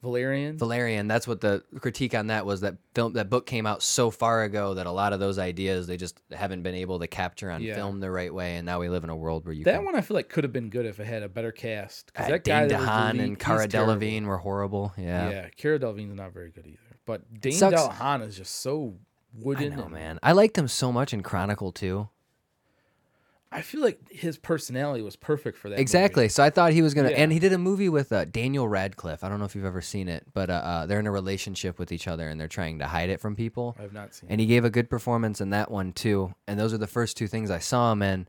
Valerian.
Valerian. That's what the critique on that was. That film, that book came out so far ago that a lot of those ideas they just haven't been able to capture on
Yeah.
film the right way. And now we live in a world where you
that
can,
one I feel like could have been good if it had a better cast.
uh,
Because that guy
Dane
that was the
DeHaan
lead,
and
he's
Cara
terrible.
Delevingne were horrible. Yeah,
Yeah, Cara Delevingne's not very good either. But Dane
Sucks.
DeHaan is just so
I
wooden.
know,
and-
man. I liked him so much in Chronicle too.
I feel like his personality was perfect for that. movie.
Exactly. So I thought he was gonna,
Yeah.
and he did a movie with uh, Daniel Radcliffe. I don't know if you've ever seen it, but uh, uh, they're in a relationship with each other and they're trying to hide it from people.
I've not seen.
and he gave a good performance in that one too. And those are the first two things I saw him in.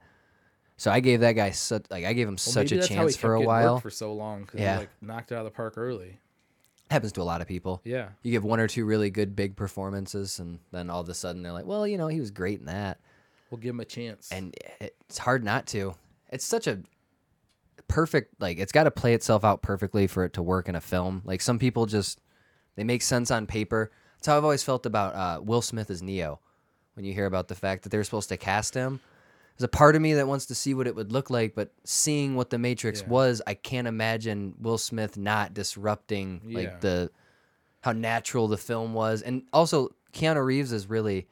So I gave that guy such like I gave him
Well,
such
maybe
a
that's how he
chance
kept
for a
getting work
while.
for so long because
Yeah.
he like knocked it out of the park early.
Happens to a lot of people.
Yeah,
You give one or two really good big performances, and then all of a sudden they're like, well, you know, he was great in that,
we'll give him a chance.
and it's hard not to. It's such a perfect like it's got to play itself out perfectly for it to work in a film. Like some people just they make sense on paper. That's how I've always felt about uh, Will Smith as Neo. When you hear about the fact that they were supposed to cast him, there's a part of me that wants to see what it would look like, but seeing what the Matrix
Yeah.
was, I can't imagine Will Smith not disrupting
Yeah.
like the how natural the film was, and also Keanu Reeves is really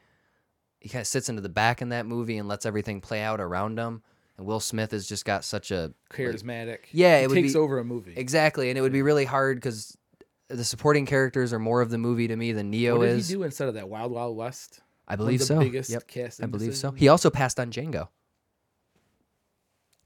he kind of sits into the back in that movie and lets everything play out around him. And Will Smith has just got such a
Charismatic.
Yeah,
He
it would
takes
be-
over a movie.
Exactly, and it would be really hard because the supporting characters are more of the movie to me than Neo
what did
is.
he do instead of that? Wild Wild West.
I believe
the
so.
biggest
Yep,
cast
I believe so.
indecisions?
He also passed on Django.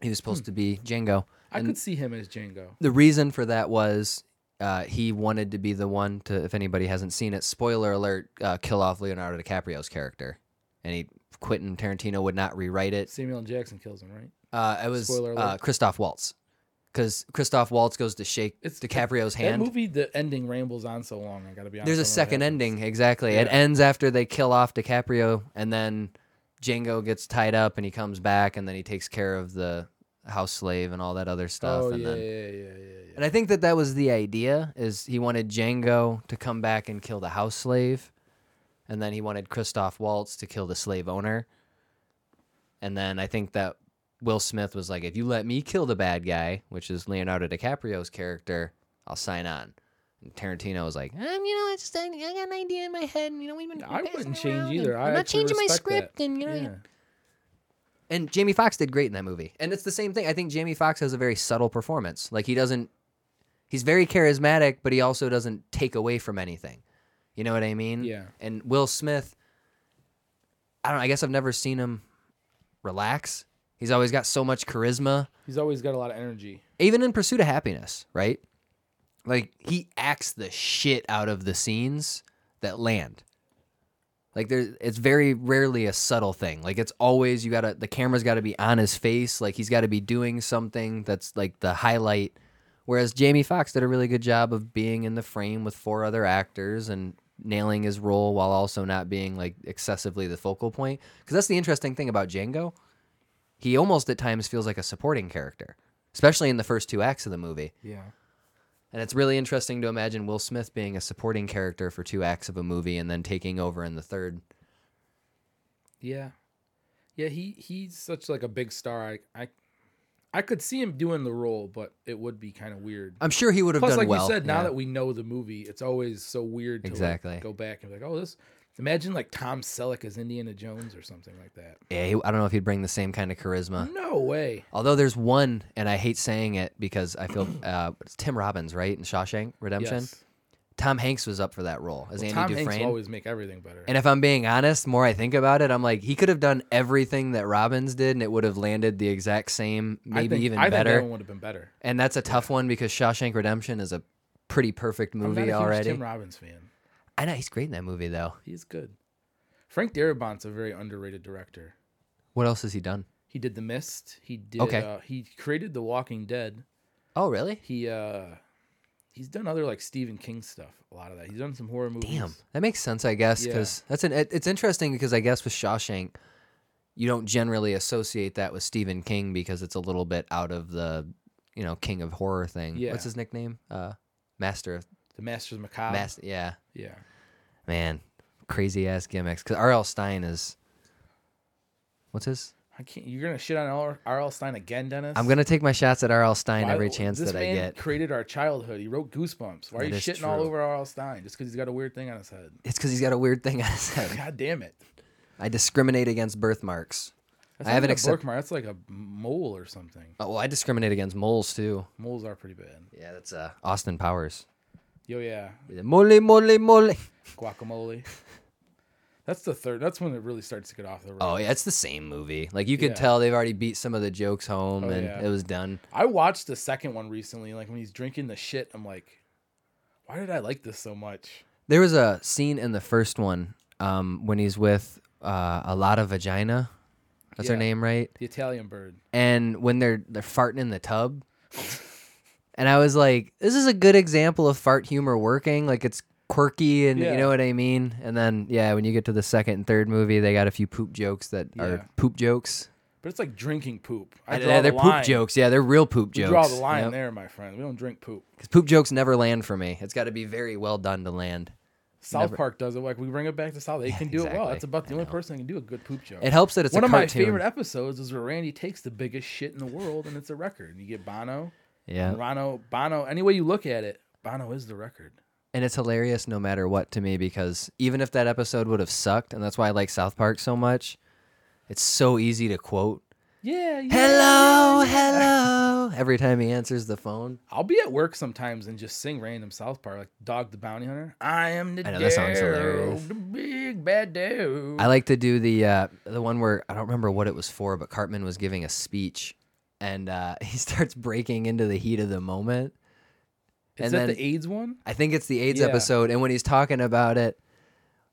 He was
Hmm.
supposed to be Django.
I
and
could see him as Django.
The reason for that was uh, he wanted to be the one to, if anybody hasn't seen it, spoiler alert, uh, kill off Leonardo DiCaprio's character, and he Quentin Tarantino would not rewrite it.
Samuel L. Jackson kills him, right?
Uh, it was
Spoiler
uh,
alert.
Christoph Waltz, because Christoph Waltz goes to shake
It's-
DiCaprio's
That
hand.
movie, the ending rambles on so long. I gotta be
There's a
honest. I don't know what
second
happens.
ending, exactly. It
Yeah.
ends after they kill off DiCaprio, and then Django gets tied up, and he comes back, and then he takes care of the house slave and all that other stuff.
Oh
and
yeah,
then,
yeah, yeah, yeah, yeah.
and I think that that was the idea: is he wanted Django to come back and kill the house slave, and then he wanted Christoph Waltz to kill the slave owner, and then I think that Will Smith was like, "If you let me kill the bad guy, which is Leonardo DiCaprio's character, I'll sign on." And Tarantino was like, um, you know, I just I, I got an idea in my head, and you know, we've been.
I
passing
wouldn't
it
change
around,
either.
and
I
I'm not
actually
changing my
respect
script,
that.
and you know,
Yeah.
and Jamie Foxx did great in that movie. And it's the same thing. I think Jamie Foxx has a very subtle performance. Like he doesn't he's very charismatic, but he also doesn't take away from anything. You know what I mean?
Yeah.
And Will Smith I don't know, I guess I've never seen him relax. He's always got so much charisma
He's always got a lot of energy.
even in pursuit of happiness right like he acts the shit out of the scenes that land like there it's very rarely a subtle thing like it's always you gotta the camera's gotta be on his face like he's gotta be doing something that's like the highlight whereas jamie foxx did a really good job of being in the frame with four other actors and nailing his role while also not being like excessively the focal point because that's the interesting thing about django he almost at times feels like a supporting character, especially in the first two acts of the movie.
Yeah.
And it's really interesting to imagine Will Smith being a supporting character for two acts of a movie and then taking over in the third.
Yeah, yeah. He he's such like a big star. I I, I could see him doing the role, but it would be kind of weird.
I'm sure he would have
Plus,
done
like
well.
you said, now
yeah.
that we know the movie, it's always so weird to like,
Exactly.
go back and be like, oh, this. Imagine like Tom Selleck as Indiana Jones or something like that.
Yeah, he- I don't know if he'd bring the same kind of charisma.
No way.
Although there's one, and I hate saying it because I feel uh, it's Tim Robbins, right, in Shawshank Redemption.
Yes.
Tom Hanks was up for that role as Andy
Tom
Dufresne.
Hanks will always make everything better.
And if I'm being honest, more I think about it, I'm like, he could have done everything that Robbins did, and it would have landed the exact same, maybe
I think,
even
I think
better.
that one would have been better.
and that's a tough one because Shawshank Redemption is a pretty perfect
I'm not a
movie
huge
already.
Tim Robbins fan.
I know he's great in that movie though.
He's good. Frank Darabont's a very underrated director.
What else has he done?
He did The Mist. He did.
Okay.
Uh, he created The Walking Dead.
Oh really?
He uh, he's done other like Stephen King stuff. A lot of that. He's done some horror movies.
Damn, that makes sense, I guess,
Yeah.
because that's an. It, it's interesting because I guess with Shawshank, you don't generally associate that with Stephen King because it's a little bit out of the, you know, King of Horror thing.
Yeah.
What's his nickname? Uh, Master of
The Masters Macabre.
Mas- Yeah,
yeah.
man, crazy ass gimmicks. Because R.L. Stein is What's his?
I can't. You're gonna shit on R- R.L. Stein again, Dennis.
I'm gonna take my shots at R.L. Stein
Why-
every chance
this
that I
man
get.
Created our childhood. He wrote Goosebumps. Why are
That
you
is
shitting all
true.
over R.L. Stein just because he's got a weird thing on his head?
It's because he's got a weird thing on his head.
God damn it!
I discriminate against birthmarks.
That's
I
not
haven't
even a
accept-
bookmark. That's like a mole or something.
Oh, well, I discriminate against moles too.
Moles are pretty bad.
Yeah, that's uh, Austin Powers.
Yo, yeah,
Mole, mole, mole.
guacamole. That's the third. That's when it really starts to get off the road.
Oh yeah, it's the same movie. Like you could
Yeah. Oh,
tell they've already beat some of the jokes home, and
yeah.
it was done.
I watched the second one recently. Like when he's drinking the shit, I'm like, why did I like this so much?
There was a scene in the first one um, when he's with uh, a lot of vagina. That's her
Yeah.
name, right?
The Italian bird.
And when they're they're farting in the tub, and I was like, this is a good example of fart humor working. Like it's quirky, and you
Yeah.
know what I mean. And then yeah, when you get to the second and third movie, they got a few poop jokes that
Yeah.
are poop jokes.
But it's like drinking poop. I
And
draw the
they're
line.
poop jokes. Yeah, they're real poop
You
jokes.
draw the line
Yep.
there, my friend. We don't drink poop.
'Cause poop jokes never land for me. It's got to be very well done to land.
South Park does it. Like we bring it back to South. They can do it well.
exactly.
That's about the only person that can do a good poop joke.
It helps that it's
One
a
of my
cartoon.
favorite episodes is where Randy takes the biggest shit in the world and it's a record. And you get Bono,
yeah,
Bono, Bono. Any way you look at it, Bono is the record.
and it's hilarious no matter what to me because even if that episode would have sucked, and that's why I like South Park so much, it's so easy to quote.
Yeah. yeah.
Hello, hello. Every time he answers the phone,
I'll be at work sometimes and just sing random South Park, like Dog the Bounty Hunter. I am the
I know,
that
that song's hilarious.
the big bad dog.
I like to do the uh, the one where I don't remember what it was for, but Cartman was giving a speech, and uh, he starts breaking into the heat of the moment.
is
and
that
then-
the AIDS one?
I think it's the AIDS
Yeah.
episode, and when he's talking about it,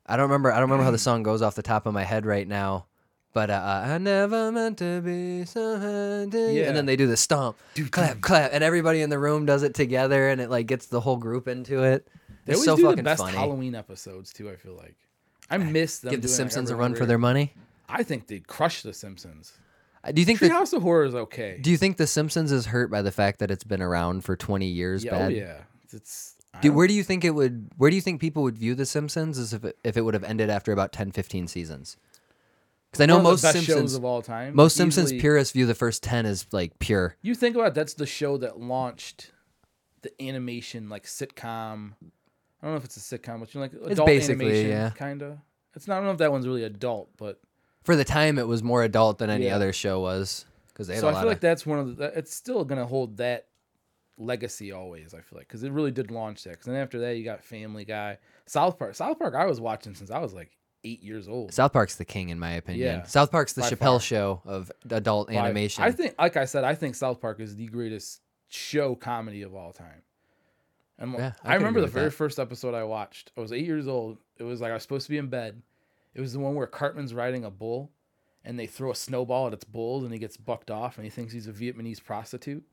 I don't remember. I don't remember how the song goes off the top of my head right now. But uh, uh, I never meant to be so handy.
Yeah.
And then they do the stomp, clap, clap, and everybody in the room does it together, and it like gets the whole group into it.
They
it's
always
so
do
fucking
the best
funny.
Halloween episodes too. I feel like I miss them.
Give the
doing, like,
Simpsons a
every
run for
weird-
their money.
I think they crush the Simpsons.
Uh, Do you think the,
Treehouse of Horror is okay.
Do you think the Simpsons is hurt by the fact that it's been around for twenty years?
yeah,
bad.
oh yeah. It's I
Do,
don't-
where do you think it would? Where do you think people would view The Simpsons as if it, if it would have ended after about 10, 15 seasons? Because I know
one of
most
the best shows
Simpsons,
of all time.
most Simpsons
Easily-
purists view the first ten as like pure.
You think about it, that's the show that launched the animation like sitcom. I don't know if it's a sitcom, but you know, like adult
basically,
animation,
yeah.
kinda. It's not. I don't know if that one's really adult, but
For the time, it was more adult than any
Yeah.
other show was. Because they had a
so I
lot
feel like
of.
that's one of the. that- It's still gonna hold that legacy always. I feel like because it really did launch that. Because then after that, you got Family Guy, South Park. South Park, I was watching since I was like eight years old.
South Park's the king, in my opinion.
Yeah.
South Park's the
By
Chappelle
far.
show of adult
Why-
animation.
I think, like I said, I think South Park is the greatest show comedy of all time. And
Yeah, I
I,
could
remember
agree
the
with
very
that.
first episode I watched. I was eight years old. It was like I was supposed to be in bed. It was the one where Cartman's riding a bull, and they throw a snowball at its bull, and he gets bucked off, and he thinks he's a Vietnamese prostitute.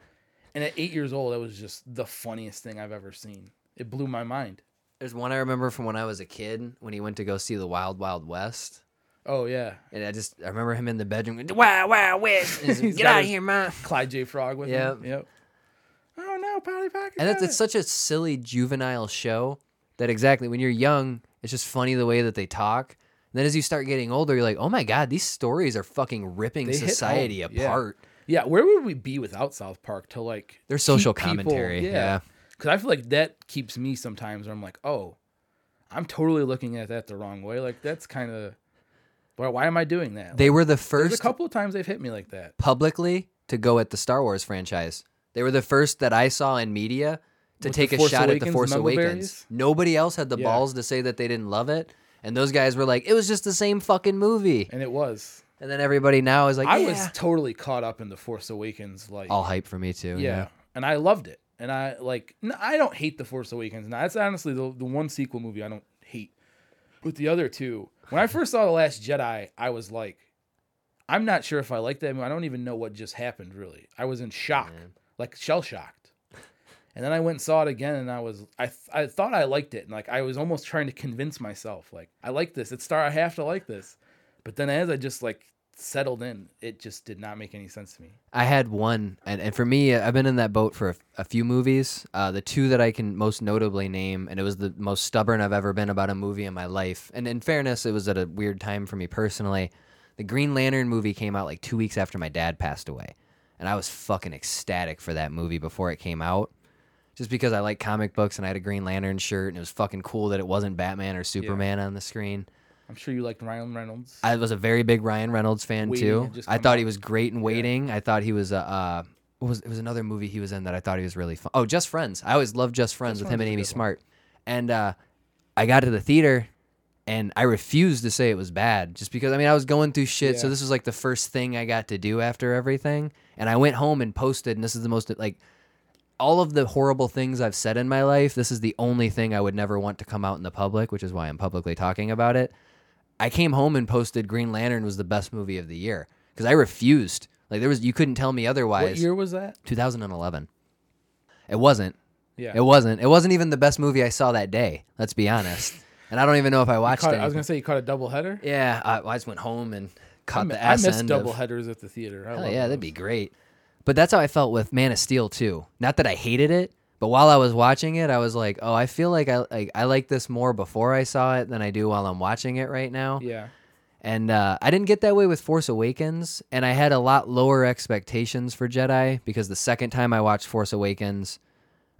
And at eight years old, that was just the funniest thing I've ever seen. It blew my mind.
There's one I remember from when I was a kid when he went to go see the Wild Wild West.
Oh yeah,
And I just I remember him in the bedroom. going, Wow, wow, west. And he's like,
He's
Get
got
out of
his-
here, man.
Clyde J. Frog with him. Yep. Oh no, Polly Pocket.
And that's
Polly.
it's such a silly juvenile show that exactly when you're young, it's just funny the way that they talk. And then as you start getting older, you're like, oh my god, these stories are fucking ripping
They hit
society
home, yeah.
apart.
Yeah, where would we be without South Park to like
Their
keep
social
people-
commentary, yeah.
Cause I feel like that keeps me sometimes where I'm like, oh, I'm totally looking at that the wrong way. Like that's kind of why, why am I doing that?
They were the
There's a
first
couple of times they've hit me like that.
publicly to go at the Star Wars franchise. They were the first that I saw in media to
With The
take a
Force
shot at the
Awakens,
Force
Mumble
Awakens.
Berries?
Nobody else had the
Yeah.
balls to say that they didn't love it. And those guys were like, it was just the same fucking movie.
And it was.
And then everybody now is like,
I
yeah.
was totally caught up in the Force Awakens like
all hype for me too.
yeah. And I loved it. And I like n I don't hate The Force Awakens. Now that's honestly the the one sequel movie I don't hate. But the other two, when I first saw The Last Jedi, I was like, I'm not sure if I like that movie. I don't even know what just happened really. I was in shock. Like shell shocked. And then I went and saw it again and I was I th- I thought I liked it. And like I was almost trying to convince myself, like, I like this. It's Star I have to like this. But then as I just like settled in, it just did not make any sense to me.
I had one, and, and for me, uh, I've been in that boat for a, a few movies. Uh, the two that I can most notably name, and it was the most stubborn I've ever been about a movie in my life. And in fairness, it was at a weird time for me personally. The Green Lantern movie came out like two weeks after my dad passed away, and I was fucking ecstatic for that movie before it came out, just because I like comic books and I had a Green Lantern shirt, and it was fucking cool that it wasn't Batman or Superman on the screen.
I'm sure you liked Ryan Reynolds.
I was a very big Ryan Reynolds fan
Waiting
too.
had just
I
come
thought
out.
he was great in Waiting. I thought he was uh, uh what was it was another movie he was in that I thought he was really fun. Oh, Just Friends. I always loved Just Friends with him and Amy Smart. And uh I got to the theater and I refused to say it was bad just because I mean I was going through shit. So
Yeah.
this was like the first thing I got to do after everything. And I went home and posted and this is the most like all of the horrible things I've said in my life, this is the only thing I would never want to come out in the public, which is why I'm publicly talking about it. I came home and posted Green Lantern was the best movie of the year because I refused. Like there was, you couldn't tell me
what
otherwise.
year was that?
2011. It wasn't.
Yeah.
It wasn't. It wasn't even the best movie I saw that day. Let's be honest. and I don't even know if I watched
Caught-
it.
I was gonna say you caught a double header.
yeah, I, I just went home and
I,
caught
mi-
the
I
ass
miss
end
double
of.
headers at the theater. I
Hell
love
Oh, yeah,
those.
that'd be great. But that's how I felt with Man of Steel too. Not that I hated it, but while I was watching it, I was like, oh, I feel like I like I like this more before I saw it than I do while I'm watching it right now.
Yeah.
And uh, I didn't get that way with Force Awakens, and I had a lot lower expectations for Jedi because the second time I watched Force Awakens,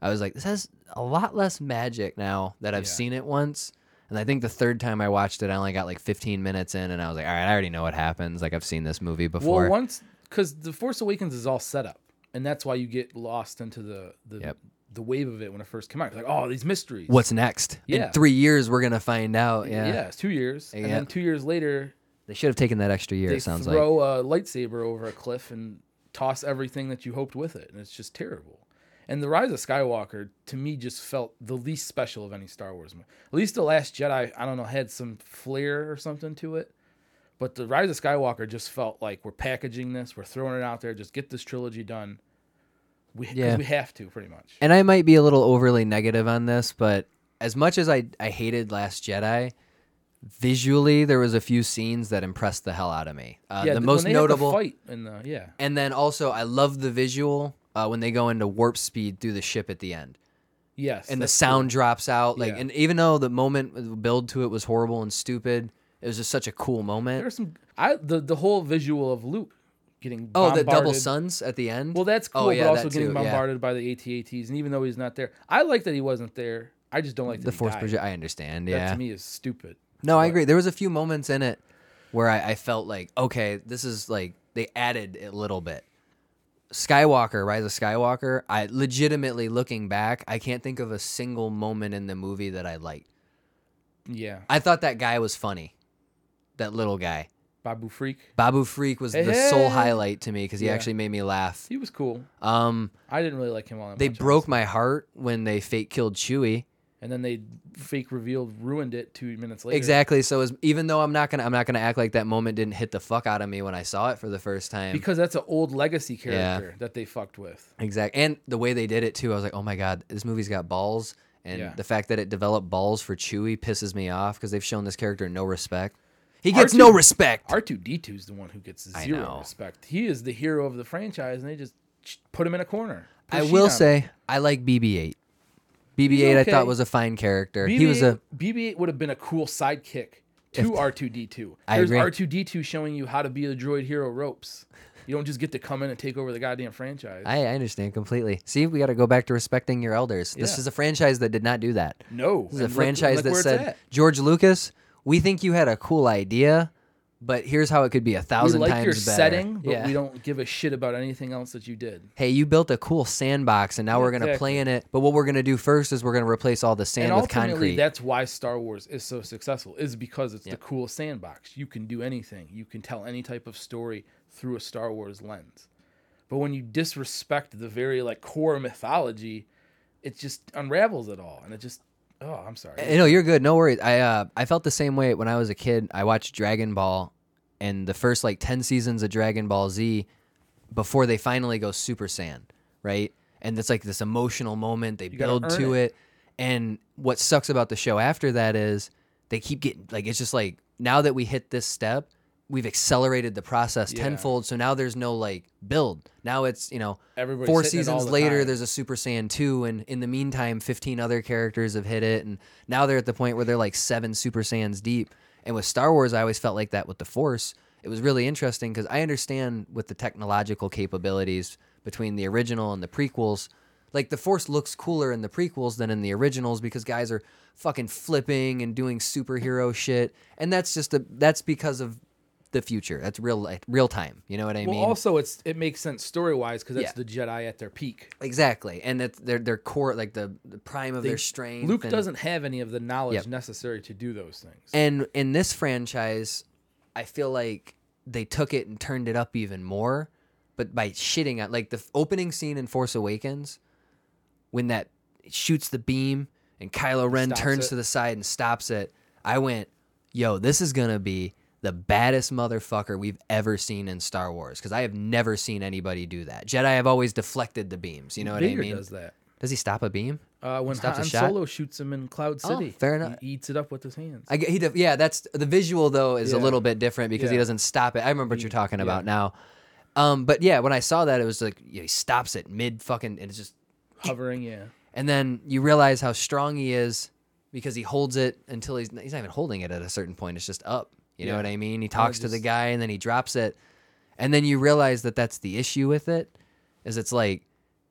I was like, this has a lot less magic now that I've
Yeah.
seen it once. And I think the third time I watched it, I only got like 15 minutes in, and I was like, all right, I already know what happens. Like, I've seen this movie before.
Well, once because the Force Awakens is all set up, and that's why you get lost into the the,
Yep.
the wave of it when it first came out. You're like, oh, these mysteries.
What's next?
Yeah.
In three years, we're going to find out. Yeah.
Yeah. it's two years, and
Yeah.
then two years later,
They should have taken that extra year,
they
it sounds like.
throw a lightsaber over a cliff and toss everything that you hoped with it, and it's just terrible. And the Rise of Skywalker to me just felt the least special of any Star Wars movie. At least the Last Jedi, I don't know, had some flair or something to it. But the Rise of Skywalker just felt like we're packaging this, we're throwing it out there, just get this trilogy done. We 'cause
Yeah.
we have to pretty much.
and I might be a little overly negative on this, but as much as I I hated Last Jedi, visually there was a few scenes that impressed the hell out of me. Uh, the
th- when
most
they had the
notable,
fight in the yeah.
and then also I love the visual uh, when they go into warp speed through the ship at the end,
Yes.
and the
that's-
sound drops out. Like,
Yeah.
and even though the moment the build to it was horrible and stupid, it was just such a cool moment.
there's some I the, the whole visual of Luke getting
oh, the double
bombarded.
suns at the end.
Well, that's cool,
Oh, yeah,
but also
that
getting
too, yeah.
bombarded by the ATATs, and even though he's not there, I like that he wasn't there. I just don't like that
the
he
force
died.
project. I understand.
That
Yeah.
to me is stupid.
No, I agree. There was a few moments in it where I, I felt like, okay, this is like they added a little bit. Skywalker, Rise of Skywalker. I legitimately looking back, I can't think of a single moment in the movie that I liked.
Yeah,
I thought that guy was funny, that little guy.
Babu Freak,
Babu Freak was
Hey,
the sole
hey.
highlight to me because he
Yeah.
actually made me laugh.
he was cool.
Um,
I didn't really like him all that
they
much,
broke
honestly.
my heart when they fake killed Chewie.
and then they fake revealed ruined it two minutes later.
Exactly. So as, even though I'm not gonna, I'm not gonna act like that moment didn't hit the fuck out of me when I saw it for the first time.
because that's an old legacy character that they fucked with.
Exactly. And the way they did it too, I was like, oh my god, this movie's got balls. And
Yeah.
the fact that it developed balls for Chewie pisses me off because they've shown this character no respect. He gets
R2
no respect.
R two D two is the one who gets
know.
zero respect. He is the hero of the franchise, and they just ch- put him in a corner. Put
I
shit
will
on him.
say I like BB-8. BB-8 I
okay.
thought was a fine character.
BB-8,
he was a
BB-8 would have been a cool sidekick to R2D2.
I
There's
agree.
R2D2 showing you how to be a droid hero ropes. You don't just get to come in and take over the goddamn franchise.
I, I understand completely. See, we got to go back to respecting your elders. This
Yeah.
is a franchise that did not do that.
no,
This is a franchise that said,
at.
George Lucas, we think you had a cool idea, but here's how it could be a
we
thousand
like
times
your
better.
setting, but
Yeah.
we don't give a shit about anything else that you did.
hey, you built a cool sandbox and now we're going to
Exactly.
play in it. But what we're going to do first is we're going to replace all the sand
And
with
ultimately,
concrete.
that's why Star Wars is so successful, is because it's the cool sandbox. You can do anything. You can tell any type of story through a Star Wars lens. But when you disrespect the very like core mythology, it just unravels it all, and it just oh, I'm sorry.
you know, you're good. Eh, No worries. I, uh, I felt the same way when I was a kid. I watched Dragon Ball and the first like 10 seasons of Dragon Ball Z before they finally go Super Saiyan, right? And it's like this emotional moment. They
gotta
build
earn
to it. And what sucks about the show after that is they keep getting like it's just like now that we hit this step, we've accelerated the process
Yeah.
tenfold. So now there's no like build. Now it's you know
Everybody's
four
hitting it all
seasons
the
later.
time.
There's a Super Saiyan two, and in the meantime, 15 other characters have hit it, and now they're at the point where they're like seven Super Saiyans deep. And with Star Wars, I always felt like that with the Force. It it was really interesting because I understand with the technological capabilities between the original and the prequels. Like the Force looks cooler in the prequels than in the originals because guys are fucking flipping and doing superhero shit, and that's just a that's because of the future. That's real li- real time. You know what I
Well,
mean?
also it's it makes sense story wise because that's
Yeah.
the Jedi at their peak.
exactly, and that's their their core like the, the prime of their strength.
Luke
and-
doesn't have any of the knowledge
Yep.
necessary to do those things.
And in this franchise, I feel like they took it and turned it up even more, but by shitting on like the f- opening scene in Force Awakens, when that shoots the beam and Kylo Ren
Stops
turns
it.
to the side and stops it, I went, "Yo, this is gonna be the baddest motherfucker we've ever seen in Star Wars." Because I have never seen anybody do that. Jedi have always deflected the beams. You know what
Vader
I mean?
does that.
Does he stop a beam?
Uh, when
Stops a
Han
shot?
Solo shoots him in Cloud
Oh,
City,
fair enough.
He eats it up with his hands.
I get, he def- yeah, that's the visual though is a
Yeah.
little bit different because he
Yeah. Mm,
doesn't stop it. I remember what you're talking about now. Um, but yeah, when I saw that, it was like you know, he stops it mid fucking, and it's just,
Hovering, yeah.
and then you realize how strong he is because he holds it until he's he's not even holding it at a certain point. It's just up. You know
Yeah.
what I mean? He talks to the
just-
guy and then he drops it, and then you realize that that's the issue with it, is it's like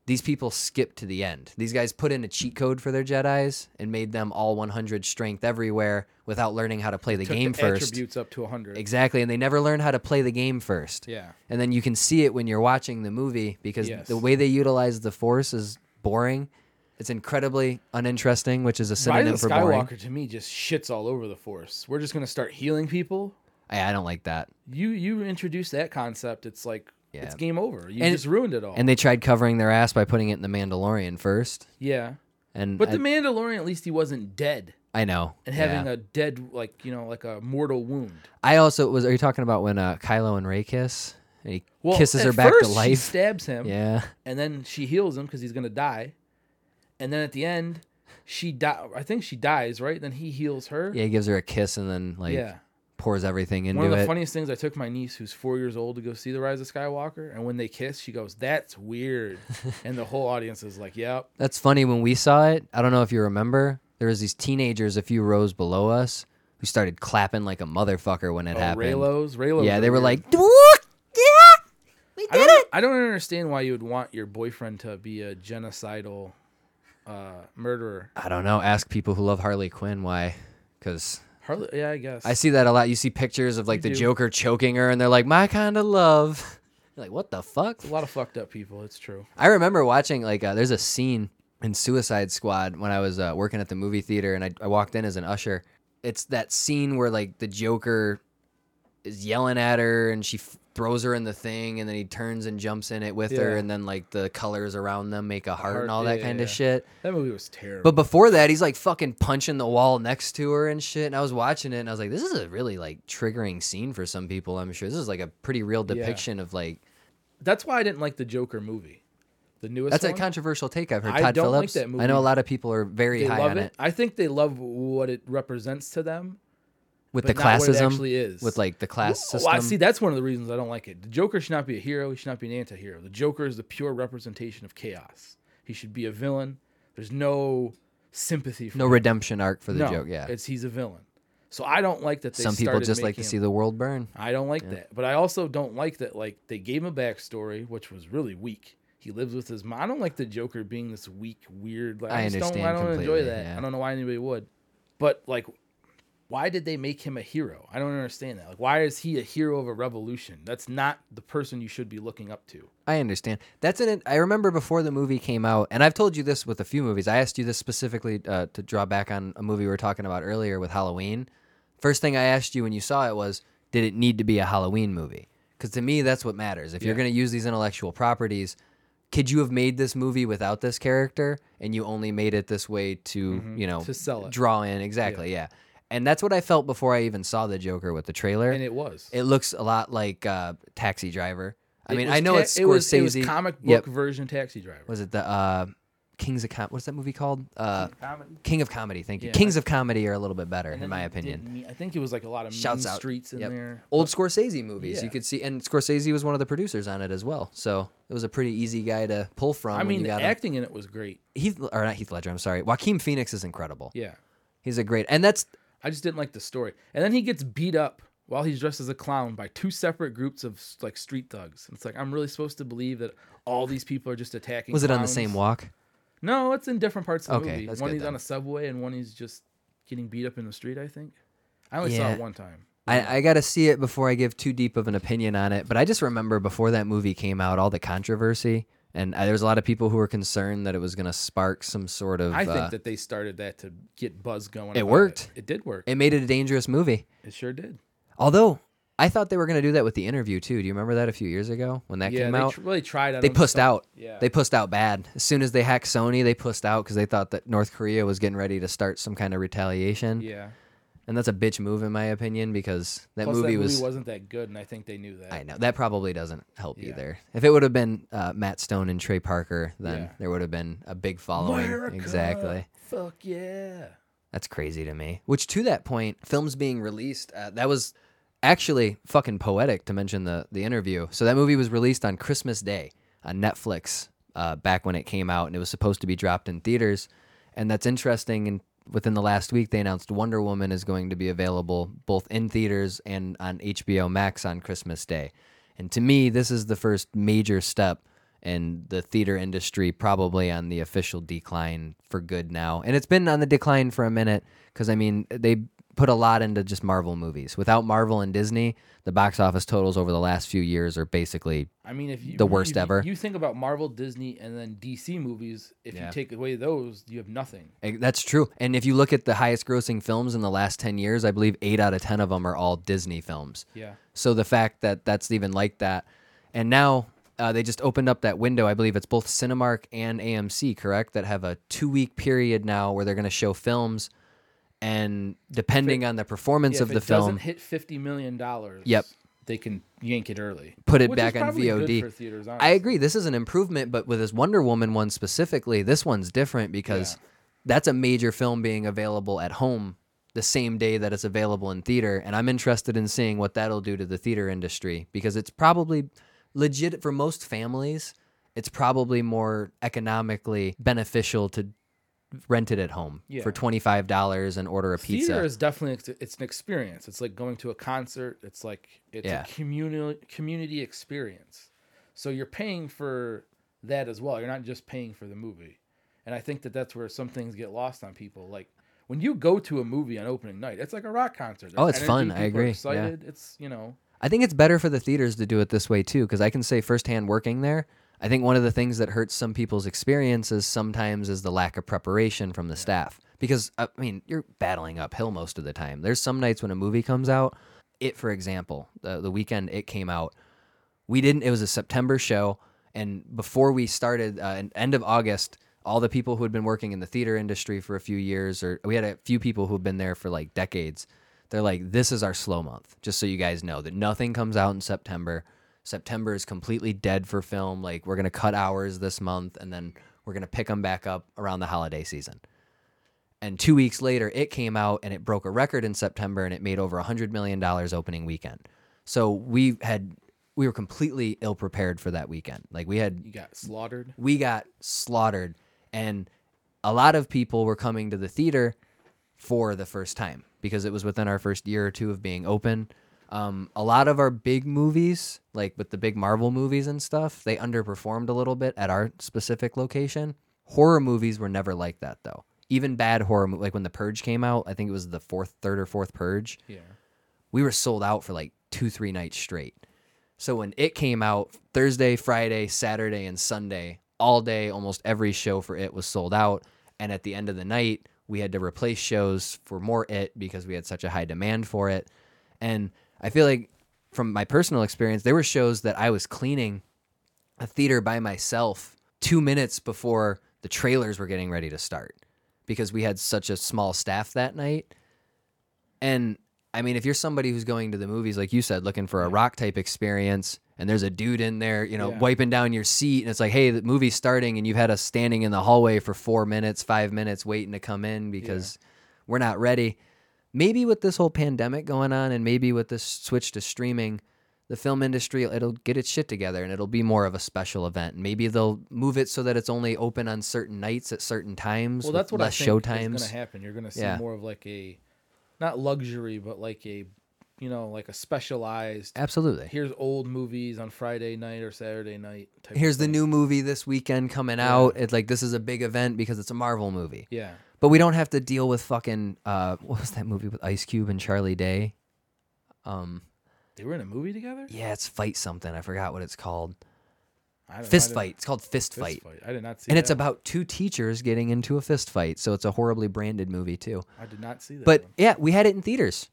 these people skip to the end. These guys put in a cheat code for their Jedi's and made them all 100 strength everywhere without learning how to play the
Took
game
the
first.
Attributes up to 100.
Exactly, and they never learn how to play the game first.
Yeah.
And then you can see it when you're watching the movie because
Yes.
the way they utilize the Force is boring. It's incredibly uninteresting, which is a
Rise
synonym
of
for
Skywalker
boring.
to me just shits all over the Force. We're just gonna start healing people.
I, I don't like that.
You you introduce that concept, it's like
Yeah.
it's game over. You
And-
just ruined it all.
And they tried covering their ass by putting it in the Mandalorian first.
yeah,
And
but
I,
the Mandalorian at least he wasn't dead
I know.
and
yeah.
having a dead like you know like a mortal wound.
I also was. Are you talking about when uh, Kylo and Ray kiss? And he
Well,
kisses
at
her back to
first She
life.
stabs him,
Yeah.
and then she heals him because he's gonna die. And then at the end, she die. I think she dies, right? Then he heals her.
Yeah. He gives her a kiss and then like
yeah.
pours everything into
One of the
it.
funniest things I took my niece, who's four years old, to go see The Rise of Skywalker, and when they kiss, she goes, "That's weird," and the whole audience is like, "Yep."
That's funny. When we saw it, I don't know if you remember, there was these teenagers a few rows below us who started clapping like a motherfucker when it
Oh,
happened.
Raylos, Raylos.
yeah,
are
they were
weird.
like, "Dude, yeah, we
I
did
don't,
it.
I don't understand why you would want your boyfriend to be a genocidal uh, murderer.
I don't know. Ask people who love Harley Quinn why, because
Harley, yeah, I guess.
I see that a lot. You see pictures of like the
do.
Joker choking her, and they're like, "My kind of love." You're like, what the fuck?
a lot of fucked up people. It's true.
I remember watching like uh, there's a scene in Suicide Squad when I was uh, working at the movie theater and I, I walked in as an usher. It's that scene where like the Joker is yelling at her and she f- throws her in the thing and then he turns and jumps in it with her
Yeah.
and then like the colors around them make a heart,
Heart,
and all that
yeah,
kind
yeah.
of shit.
That movie was terrible.
But before that, he's like fucking punching the wall next to her and shit. And I was watching it and I was like, this is a really like triggering scene for some people. I'm sure this is like a pretty real depiction of like
That's why I didn't like the Joker movie, the newest.
That's a
one.
controversial take I've heard.
I
Todd
don't like
Phillips.
that
I know a
movie.
lot of people are very
They
high
love
on
it.
it,
I think they love what it represents to them,
with the
but not what it
classism,
actually is.
with like the class
Well,
system.
I see. That's one of the reasons I don't like it. The Joker should not be a hero. He should not be an anti-hero. The Joker is the pure representation of chaos. He should be a villain. There's no sympathy. For
No
him.
redemption arc for the
No,
joke. Yeah,
it's he's a villain. So I don't like that. They
some people
started
just like to
making
see
him-
the world burn.
I don't like that, but I also don't like that. Like they gave him a backstory, which was really weak. He lives with his mom. I don't like the Joker being this weak, weird. Like
I
I, just don't. I
understand
don't enjoy
completely,
that.
yeah.
I don't know why anybody would. But like, why did they make him a hero? I don't understand that. Like, why is he a hero of a revolution? That's not the person you should be looking up to.
I understand. That's an. I remember before the movie came out, and I've told you this with a few movies. I asked you this specifically uh, to draw back on a movie we were talking about earlier with Halloween. First thing I asked you when you saw it was, did it need to be a Halloween movie? Because to me, that's what matters. If you're
Yeah.
going to use these intellectual properties, could you have made this movie without this character, and you only made it this way to, you know,
Mm-hmm. To sell it.
draw in exactly, yeah. And that's what I felt before I even saw the Joker with the trailer.
And it was.
It looks a lot like uh, Taxi Driver. I
It
mean,
was
I know
ca-
it's Scorsese.
It was, it was comic
Yep.
book version Taxi Driver.
Was it the uh, Kings of Com- What's that movie called? Uh,
Comedy.
King of Comedy. Thank you.
Yeah.
Kings of Comedy are a little bit better, in my
They
opinion.
did me- I think it was like a lot of
Shouts
mean
out.
streets in
Yep.
there.
Old Scorsese movies. You
Yeah.
could see, and Scorsese was one of the producers on it as well. So it was a pretty easy guy to pull from.
I
when
mean,
you
the
got him.
acting in it was great.
Heath or not Heath Ledger. I'm sorry. Joaquin Phoenix is incredible.
Yeah.
He's a great, and that's
I just didn't like the story. And then he gets beat up while he's dressed as a clown by two separate groups of s- like street thugs. It's like I'm really supposed to believe that all these people are just attacking.
Was it on the
clowns?
same walk?
No, it's in different parts of the
Okay,
movie.
that's
One
good
he's on
then.
a subway and one he's just getting beat up in the street. I think. I only saw
Yeah.
it one time.
I, I got to see it before I give too deep of an opinion on it. But I just remember before that movie came out, all the controversy, and I, there was a lot of people who were concerned that it was going to spark some sort of.
I think
uh,
that they started that to get buzz going.
It
about
worked.
It. did work. It,
it made it a dangerous movie.
sure did.
Although I thought they were going to do that with the interview too. Do you remember that a few years ago when that
yeah,
came
they
out?
tr- really tried. on
they
him
pussed
some-
out.
Yeah.
They pussed out bad. As soon as they hacked Sony, they pussed out because they thought that North Korea was getting ready to start some kind of retaliation.
yeah.
And that's a bitch move in my opinion because that,
Plus,
movie,
that movie
was,
wasn't that good, and I think they knew that.
I know that probably doesn't help
Yeah.
either. If it would have been uh, Matt Stone and Trey Parker, then
Yeah.
there would have been a big following. Exactly.
Fuck yeah.
That's crazy to me. Which to that point, films being released, uh, that was actually fucking poetic to mention the the interview. So that movie was released on Christmas Day on Netflix uh, back when it came out, and it was supposed to be dropped in theaters. And that's interesting. And within the last week, they announced Wonder Woman is going to be available both in theaters and on HBO Max on Christmas Day. And to me, this is the first major step and the theater industry probably on the official decline for good now. And it's been on the decline for a minute because, I mean, they put a lot into just Marvel movies. Without Marvel and Disney, the box office totals over the last few years are basically
I mean, if you
The worst
if you-
ever.
You think about Marvel, Disney, and then DC movies. If
Yeah.
you take away those, you have nothing.
Eh, That's true. And if you look at the highest grossing films in the last 10 years, I believe eight out of 10 of them are all Disney films.
Yeah.
So the fact that that's even like that. And now uh, they just opened up that window. I believe it's both Cinemark and AMC, correct? That have a two week period now where they're going to show films. And depending on the performance
Yeah,
of
if
the
it
film,
doesn't hit fifty million dollars,
Yep.
they can yank it early.
Put it
Which is
back on
probably good
VOD.
for theaters,
I
honestly.
agree. This is an improvement, but with this Wonder Woman one specifically, this one's different because that's a major film being available at home the same day that it's available in theater. And I'm interested in seeing what that'll do to the theater industry because it's probably legit for most families, it's probably more economically beneficial to rent it at home
Yeah.
for $25 and order a pizza.
Theater is definitely ex- it's an experience. It's like going to a concert. It's like it's
Yeah.
a communal community experience. So you're paying for that as well. You're not just paying for the movie. And I think that that's where some things get lost on people. Like when you go to a movie on opening night, it's like a rock concert. There's
Oh, it's
energy,
fun. I
people are
agree. Yeah.
Excited. It's you know
I think it's better for the theaters to do it this way too, because I can say firsthand working there. I think one of the things that hurts some people's experiences sometimes is the lack of preparation from the staff. Because I mean, you're battling uphill most of the time. There's some nights when a movie comes out. It, for example, the the weekend it came out, we didn't. It was a September show, and before we started, uh, and end of August, all the people who had been working in the theater industry for a few years, or we had a few people who had been there for like decades. They're like, "This is our slow month." Just so you guys know that nothing comes out in September. September is completely dead for film. Like we're gonna cut hours this month, and then we're gonna pick them back up around the holiday season. And two weeks later, it came out and it broke a record in September and it made over $100 million opening weekend. So we had, we were completely ill prepared for that weekend. Like we had
you got slaughtered.
we got slaughtered and a lot of people were coming to the theater for the first time because it was within our first year or two of being open um, a lot of our big movies like with the big marvel movies and stuff they underperformed a little bit at our specific location horror movies were never like that though even bad horror mo- like when the purge came out i think it was the fourth third or fourth purge
Yeah.
we were sold out for like two, three nights straight. So when it came out Thursday, Friday, Saturday, and Sunday, all day, almost every show for it was sold out. And at the end of the night, we had to replace shows for more it because we had such a high demand for it. And I feel like from my personal experience, there were shows that I was cleaning a theater by myself two minutes before the trailers were getting ready to start because we had such a small staff that night. And I mean, if you're somebody who's going to the movies, like you said, looking for a rock type experience, and there's a dude in there, you know,
Yeah.
wiping down your seat, and it's like, hey, the movie's starting, and you've had us standing in the hallway for four minutes, five minutes, waiting to come in because we're not ready. Maybe with this whole pandemic going on, and maybe with this switch to streaming, the film industry it'll get its shit together and it'll be more of a special event. Maybe they'll move it so that it's only open on certain nights at certain times.
Well,
with
that's what
less
I think
show
is
times.
going to happen. You're going to see
Yeah.
more of like a, not luxury, but like a you know, like a specialized.
Absolutely.
Here's old movies on Friday night or Saturday night. Type of
Here's the
thing.
new movie this weekend coming out. It's like this is a big event because it's a Marvel movie.
Yeah.
But we don't have to deal with fucking uh what was that movie with Ice Cube and Charlie Day? Um
They were in a movie together.
yeah, it's fight something. I forgot what it's called.
I don't know, I
Fist
didn't-
fight. It's called fist,
Fist
fight.
I did not see.
And it's
that one.
about two teachers getting into a fist fight, so it's a horribly branded movie too.
I did not see that.
But
one.
yeah, we had it in theaters.